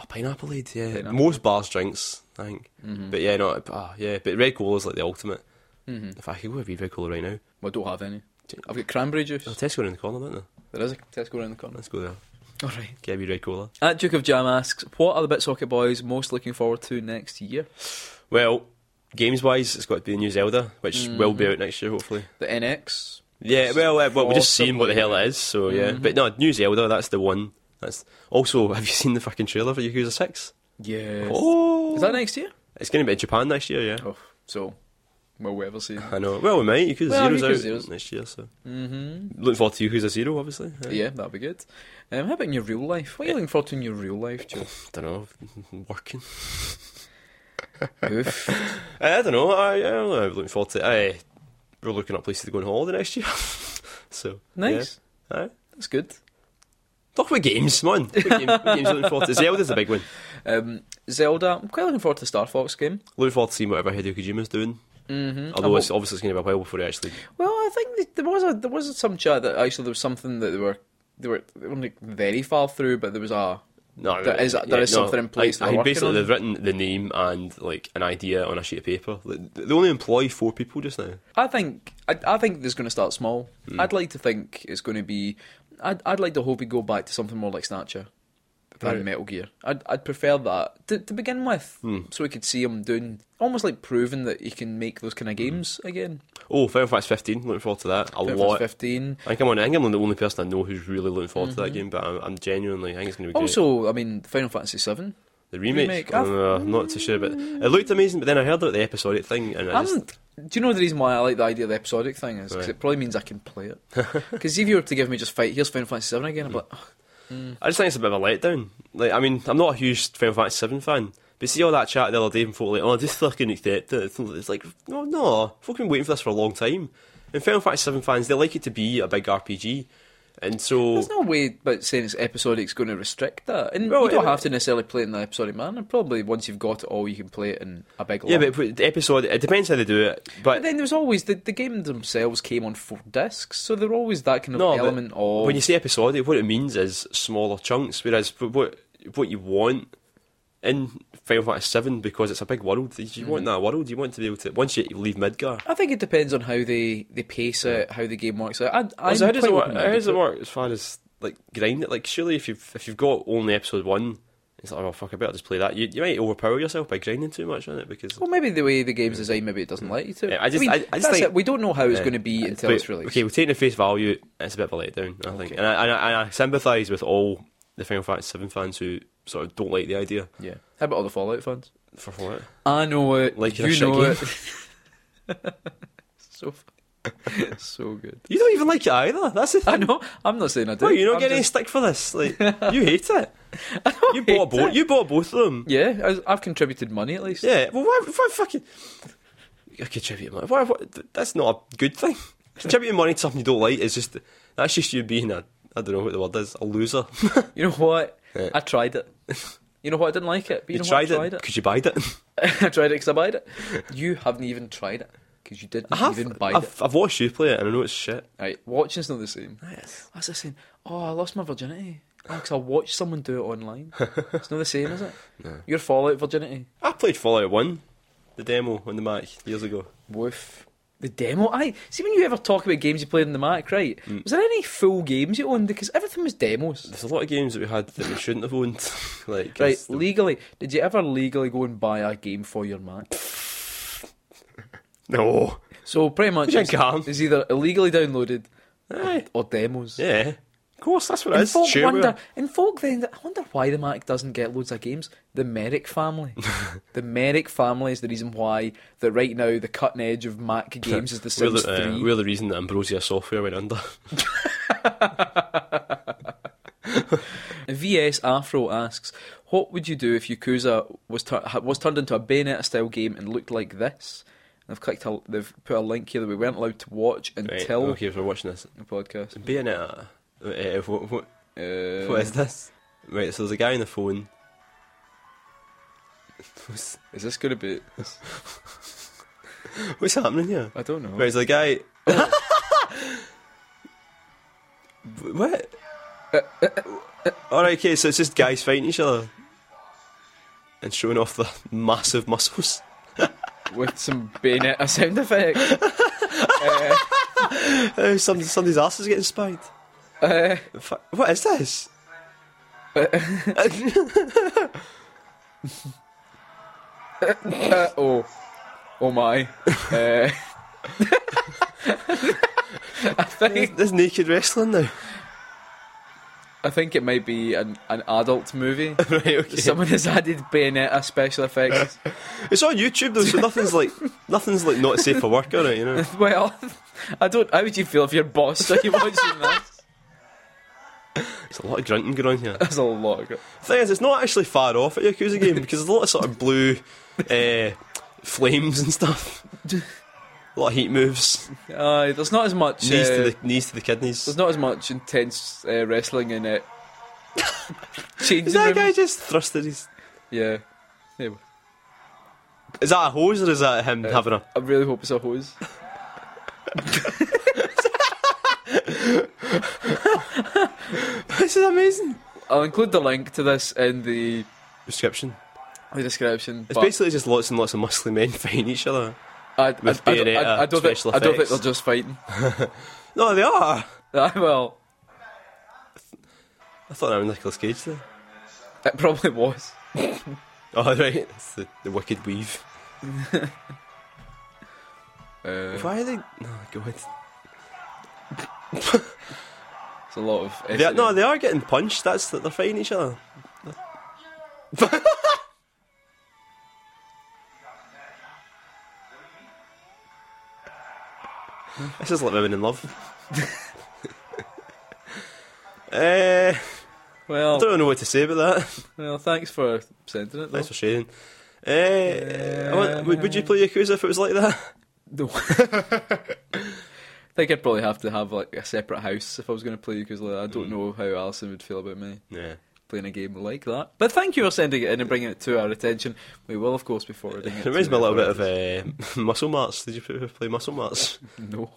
B: Oh, pineapple lead, yeah.
A: Mm. Pineapple. Mm-hmm.
B: Most bars drinks, I think. But yeah, no, ah, yeah. But Red Cola is like the ultimate.
A: Mhm.
B: If I could go have a wee Red Cola right now.
A: Well, I don't have any. I've got cranberry juice.
B: There's a Tesco around the corner, isn't there?
A: There is a Tesco around the corner.
B: Let's go there.
A: All right.
B: Get a wee Red Cola.
A: At Duke of Jam asks, "What are the Bitsocket boys most looking forward to next year?"
B: Well, games wise, it's got to be the new Zelda, which will
A: Mm.
B: be out next year, hopefully.
A: The NX.
B: Yeah, well, uh, well, we're just seeing what the hell it is. So yeah,
A: Mm-hmm.
B: but no, New Zelda, that's the one. That's also. Have you seen the fucking trailer for Yakuza Six?
A: Yes.
B: Oh,
A: Is that next year?
B: It's going to be in Japan next year. Yeah,
A: Oh, so will we ever see?
B: I know. Well, we might Yakuza
A: Well,
B: Zero's
A: Yakuza
B: out
A: Zero's-
B: next year, so
A: Mm-hmm.
B: looking forward to Yakuza Zero, obviously.
A: Yeah, that'd be good. Um, how about in your real life? What are you looking forward to in your real life, Joe?
B: I don't know. Working. Uh,
A: Oof.
B: I don't know. I, I don't know. I'm looking forward to. I, we're looking up places to go on holiday next year. so
A: Nice.
B: Yeah. Aye.
A: That's good.
B: Talk about games, man. What, game, what games are you looking forward to? Zelda's the big one.
A: Um, Zelda. I'm quite looking forward to the Star Fox game.
B: Looking forward to seeing whatever Hideo Kojima's doing.
A: Mm-hmm.
B: Although it's obviously it's going to be a while before he actually
A: Well, I think th- there was a there was some chat that actually there was something that they were they were they weren't like, very far through, but there was a
B: No,
A: There
B: no,
A: is- there is something in place
B: I,
A: they're
B: I
A: working
B: basically
A: on.
B: they've written the name and like an idea on a sheet of paper. Like, They only employ four people just now.
A: I think I, I think this is going to start small.
B: Hmm.
A: I'd like to think it's going to be. I'd I'd like to hope we go back to something more like Snatcher than
B: Right. Hmm.
A: Metal Gear. I'd I'd prefer that to, to begin with, so we could see him doing almost like proving that he can make those kind of games again.
B: Oh, Final Fantasy 15. Looking forward to that Hmm. a
A: Final Fantasy
B: lot.
A: Fifteen.
B: I think I'm on. I think I'm the only person I know who's really looking forward to that game. But I'm, I'm genuinely. I think it's going to be great.
A: Mm-hmm. Also, I mean, Final Fantasy Seven.
B: The remake.
A: remake, ah.
B: I don't know, I'm not too sure, but it looked amazing. But then I heard about the episodic thing, and I
A: I'm,
B: just,
A: do you know the reason why I like the idea of the episodic thing is 'cause
B: Right.
A: it probably means I can play it. Because if you were to give me just fight, here's Final Fantasy Seven again, I'm like, "Ugh,
B: I just think it's a bit of a letdown. Like, I mean, I'm not a huge Final Fantasy 7 fan. But see all that chat the other day, and folk like, oh, just fucking accept it. It's not- It's like, no, no, folk been waiting for this for a long time. And Final Fantasy 7 fans, they like it to be a big RPG. And so,
A: there's no way about saying it's episodic's going to restrict that. And
B: Well,
A: you don't
B: it-
A: have to necessarily play it in the episodic manner. Probably once you've got it all, you can play it in a big.
B: yeah,
A: lump.
B: but the episode, it depends how they do it. But
A: But then there's always the, the game themselves came on four discs, so they're always that kind of
B: No, but
A: element of
B: when you say episodic, what it means is smaller chunks, whereas what- what what you want in Final Fantasy VII because it's a big world. You
A: Mm-hmm.
B: want that world. You want to be able to once you leave Midgar.
A: I think it depends on how they, they pace it, how the game works. out. I, I'm
B: so how does
A: quite
B: it work?
A: open-minded
B: How does
A: to
B: it work as far as like grind it? Like surely if you've if you've got only episode one, it's like oh fuck, I better just play that. You you might overpower yourself by grinding too much on it because
A: Well, maybe the way the game's designed, maybe it doesn't let you to.
B: Yeah, I just-
A: mean,
B: I- I just
A: that's
B: think-
A: it. we don't know how it's
B: Yeah.
A: going to be until
B: uh, But-
A: it's released.
B: Okay, we're taking at face value. It's a bit of a letdown, I think,
A: Okay.
B: and I, and I, and I sympathise with all the Final Fantasy VII fans who sort of don't like the idea
A: Yeah. How about all the Fallout fans?
B: for what.
A: I know it.
B: Like in a
A: you
B: shit
A: know
B: game.
A: it. so, fu- so good.
B: You don't even like it either. That's the
A: I
B: thing.
A: know. I'm not saying I do.
B: Why you don't
A: I'm
B: get any
A: just-
B: stick for this? Like you hate it. you bought
A: hate
B: both. You bought both of them.
A: Yeah, I- I've contributed money at least.
B: Yeah. Well, why, why fucking? I contribute money. Why, why, that's not a good thing. Contributing money to something you don't like is just that's just you being a I don't know what the word is a loser.
A: You know what?
B: Yeah.
A: I tried it. You know what? I didn't like it. But you,
B: you
A: know what?
B: tried,
A: I tried
B: it
A: it.
B: because you buyed it.
A: I tried it because I bought it. You haven't even tried it because you didn't
B: I have.
A: even buy it.
B: I've, I've watched you play it and I know it's shit.
A: Right, watching's not the same.
B: Yes.
A: What's I saying? Oh, I lost my virginity because I watched someone do it online. It's not the same, is it?
B: No.
A: Your Fallout virginity.
B: I played Fallout One, the demo on the Mac years ago.
A: Woof. The demo. I see when you ever talk about games you played in the Mac, right?
B: Mm.
A: Was there any full games you owned? Because everything was demos.
B: There's a lot of games that we had that we shouldn't have owned. like
A: Right,
B: it's the-
A: legally, did you ever legally go and buy a game for your Mac?
B: no.
A: So pretty much,
B: You
A: it's,
B: can't.
A: it's either illegally downloaded
B: Aye.
A: or demos.
B: Yeah. Of course, that's what it
A: And
B: is.
A: folk
B: Shareware.
A: wonder, and folk then, I wonder why the Mac doesn't get loads of games. The Merrick family, the Merrick family is the reason why that right now the cutting edge of Mac games is The
B: We're
A: Sims
B: the, uh,
A: Three.
B: we're the reason that Ambrosia Software went under. uh,
A: VS Afro asks, what would you do if Yakuza was tur- ha- was turned into a Bayonetta style game and looked like this? And I've clicked. A, they've put a link here that we weren't allowed to watch until
B: Right, okay, if we're watching this,
A: the podcast.
B: Bayonetta. Uh, what, what,
A: Uh,
B: what is this? Right, so there's a guy on the phone. What's,
A: is this going to be?
B: what's happening here?
A: I don't know.
B: Right, so the guy. what? Alright, okay, so it's just guys fighting each other and showing off their massive muscles.
A: With some Bayonetta sound effects. Uh,
B: Oh, some, somebody's ass is getting spiked.
A: uh,
B: Fu- What is this?
A: Uh, oh, oh my. Uh, I
B: There's,
A: think
B: there's naked wrestling now.
A: I think it might be an, an adult movie.
B: right, okay.
A: Someone has added Bayonetta special effects.
B: It's on YouTube though, so nothing's like nothing's like not safe for work, on it, you know.
A: well, I don't. How would you feel if your boss saw you watching this?
B: There's a lot of grunting going on here.
A: That's a lot. Of, gr-
B: Thing is, it's not actually far off at Yakuza game because there's a lot of sort of blue uh, flames and stuff. A lot of heat moves.
A: Aye, there's not as much.
B: Knees
A: uh,
B: to the knees to the kidneys.
A: there's not as much intense uh, wrestling in it. Changing
B: Is that guy
A: rooms.
B: just thrusted his?
A: Yeah. yeah.
B: Is that a hose or is that him having a?
A: I really hope it's a hose.
B: This is amazing.
A: I'll include the link to this in the,
B: Description.
A: the description.
B: It's
A: but-
B: basically just lots and lots of muscly men fighting each other.
A: I, I, I, don't-
B: with Bayonetta
A: I, I don't think,
B: special
A: I don't think
B: effects.
A: they're just fighting.
B: No, they are.
A: Ah, well,
B: I thought that was Nicolas Cage there.
A: it probably was.
B: Oh right, it's the, the wicked weave.
A: Uh,
B: Why are they? No, go ahead.
A: it's a lot of.
B: They are, no, they are getting punched. That's that they're fighting each other. this is like women in love. uh, I
A: well,
B: don't know what to say about that.
A: well, thanks for sending it. Though.
B: Thanks for sharing. Uh, I want- would, would you play Yakuza if it was like that?
A: No. I think I'd probably have to have like a separate house if I was going to play because like, I
B: Mm.
A: don't know how Alison would feel about me
B: Yeah.
A: playing a game like that. But thank you for sending it in and bringing it to our attention. We will, of course, be forwarding it.
B: It reminds
A: to
B: me a little bit
A: authorities.
B: of uh, Muscle Marts. Did you play- play Muscle Marts?
A: No,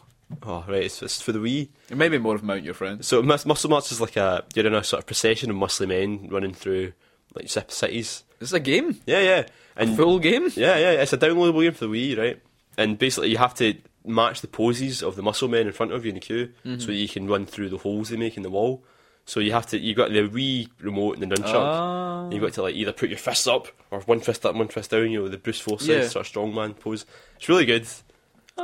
B: Oh, right, it's, it's for the Wii.
A: it may be more of Mount Your Friends.
B: So mus- muscle march is like a you're in a sort of procession of muscly men running through like ci- cities.
A: This is a game,
B: Yeah, yeah,
A: a
B: and
A: full game.
B: yeah, yeah. It's a downloadable game for the Wii, right? And basically, you have to match the poses of the muscle men in front of you in the queue,
A: Mm-hmm.
B: so that you can run through the holes they make in the wall. So you have to, you got the Wii remote and the nunchuck.
A: Ah.
B: You've got to like either put your fists up or one fist up, one fist down. You know the Bruce Forsyth
A: Yeah. Ah.
B: sort of strongman pose. It's really good.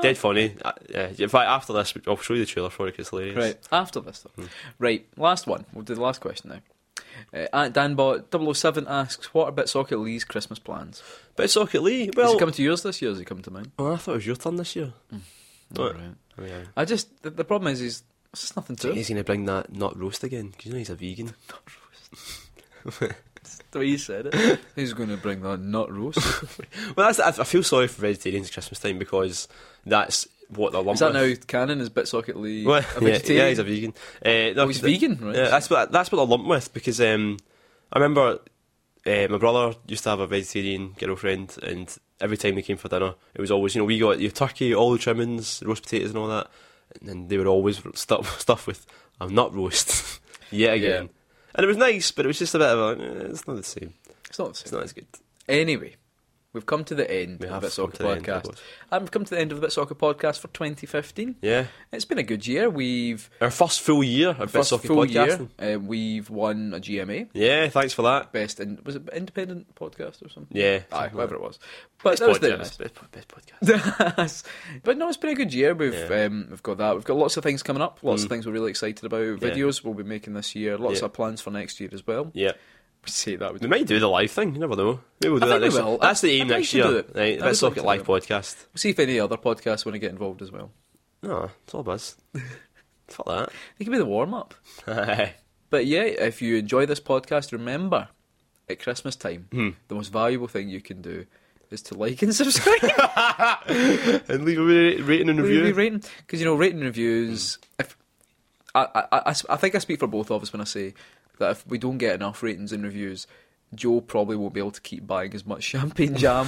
B: Dead funny. Uh, yeah. In fact, after this, I'll show you the trailer for it. 'cause it's hilarious.
A: Right, after this though.
B: Hmm.
A: Right, last one. We'll do the last question now. Uh, at Danbot 007 asks, what are Bitsocket Lee's Christmas plans?
B: But Socket Lee.
A: Is
B: Well,
A: he coming to yours this year? Or is he coming to mine?
B: oh, I thought it was your turn this year. What?
A: Alright.
B: Oh, yeah.
A: I just the, the problem is is there's just nothing to it.
B: He's gonna bring that not roast again. 'cause you know he's a vegan.
A: The way you said it, he's going to bring that nut roast.
B: Well, that's, I I feel sorry for vegetarians at Christmas time because that's what they're lumped
A: is that
B: with.
A: now canon? Is Bitsocket Lee
B: Well,
A: a
B: yeah,
A: vegetarian?
B: yeah, he's a vegan. Uh, no,
A: Oh, he's
B: 'cause the-
A: vegan, right?
B: Yeah, that's what that's what they're lumped with because um, I remember uh, my brother used to have a vegetarian girlfriend, and every time they came for dinner, it was always you know we got your turkey, all the trimmings, roast potatoes, and all that, and then they were always stuff stuff with I'm not roast yet again,
A: Yeah.
B: and it was nice, but it was just a bit of a eh, it's not the same,
A: it's not the same.
B: it's not as good.
A: Anyway, we've come to the end
B: We
A: of
B: have
A: the Bitsocket
B: come to the end,
A: podcast.
B: of course.
A: and we've come to the end of the Bitsocket podcast for 2015.
B: Yeah,
A: It's been a good year. We've
B: our first full year of
A: first
B: Bitsocket
A: full
B: podcasting.
A: year. Uh, we've won a GMA
B: Yeah, thanks for that.
A: best in was it independent podcast or something?
B: Yeah,
A: Aye,
B: something like
A: whatever it was. But
B: Best
A: that was
B: podcast,
A: the
B: best, best podcast.
A: Yes. but no, it's been a good year. We've
B: Yeah.
A: um, we've got that. We've got lots of things coming up. Lots
B: Mm.
A: of things we're really excited about. Videos we'll be making this year. Lots
B: Yeah.
A: of plans for next year as well.
B: Yeah.
A: We say that. We
B: We
A: do.
B: might do the live thing. You never know. Maybe we'll do
A: I
B: that
A: think
B: next
A: we will.
B: year. That's the aim
A: I'd like
B: next
A: to
B: year.
A: do it.
B: Right,
A: I would
B: let's
A: like
B: look
A: to
B: at
A: do
B: live
A: it.
B: podcast.
A: We'll see if any other podcasts want to get involved as well.
B: No, it's all buzz. Fuck that.
A: It could be the warm up.
B: Aye.
A: But yeah, if you enjoy this podcast, remember at Christmas time,
B: Hmm.
A: the most valuable thing you can do is to like and subscribe.
B: and leave a ra- rating and
A: Review.
B: review.
A: rating because you know rating reviews.
B: Mm.
A: If I, I- I- I s- I think I speak for both of us when I say that if we don't get enough ratings and reviews, Joe probably won't be able to keep buying as much champagne
B: Oh,
A: jam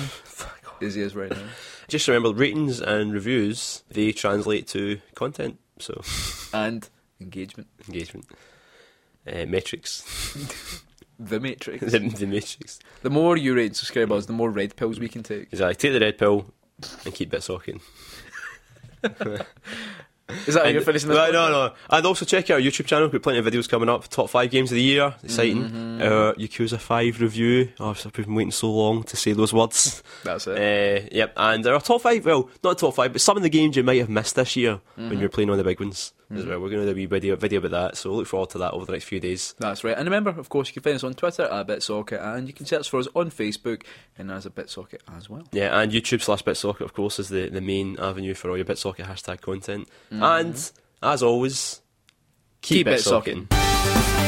A: as he is right now.
B: Just remember, ratings and reviews they translate to content, so
A: And engagement,
B: engagement, uh, metrics,
A: the matrix.
B: the, the matrix.
A: the more you rate and subscribe us, the more red pills we can take.
B: Exactly. Take the red pill and keep bit socking.
A: Is that how
B: And-
A: you're finishing this?
B: Well, no, no. And also check out our YouTube channel. We've got plenty of videos coming up. Top five games of the year. Exciting. Our Yakuza Five review. Oh, I've been waiting so long to say those words.
A: That's it.
B: Uh, yep, and our top five. Well, not top five, but some of the games you might have missed this year when you're playing on the big ones as well. We're going to do a wee video, video about that, so look forward to that over the next few days.
A: That's right. And remember, of course, you can find us on Twitter at BitSocket, and you can search for us on Facebook and as a BitSocket as well.
B: Yeah, and YouTube slash BitSocket, of course, is the, the main avenue for all your BitSocket hashtag content. And as always,
A: Keep
B: keep,
A: BitSocketing.
B: BitSocketing.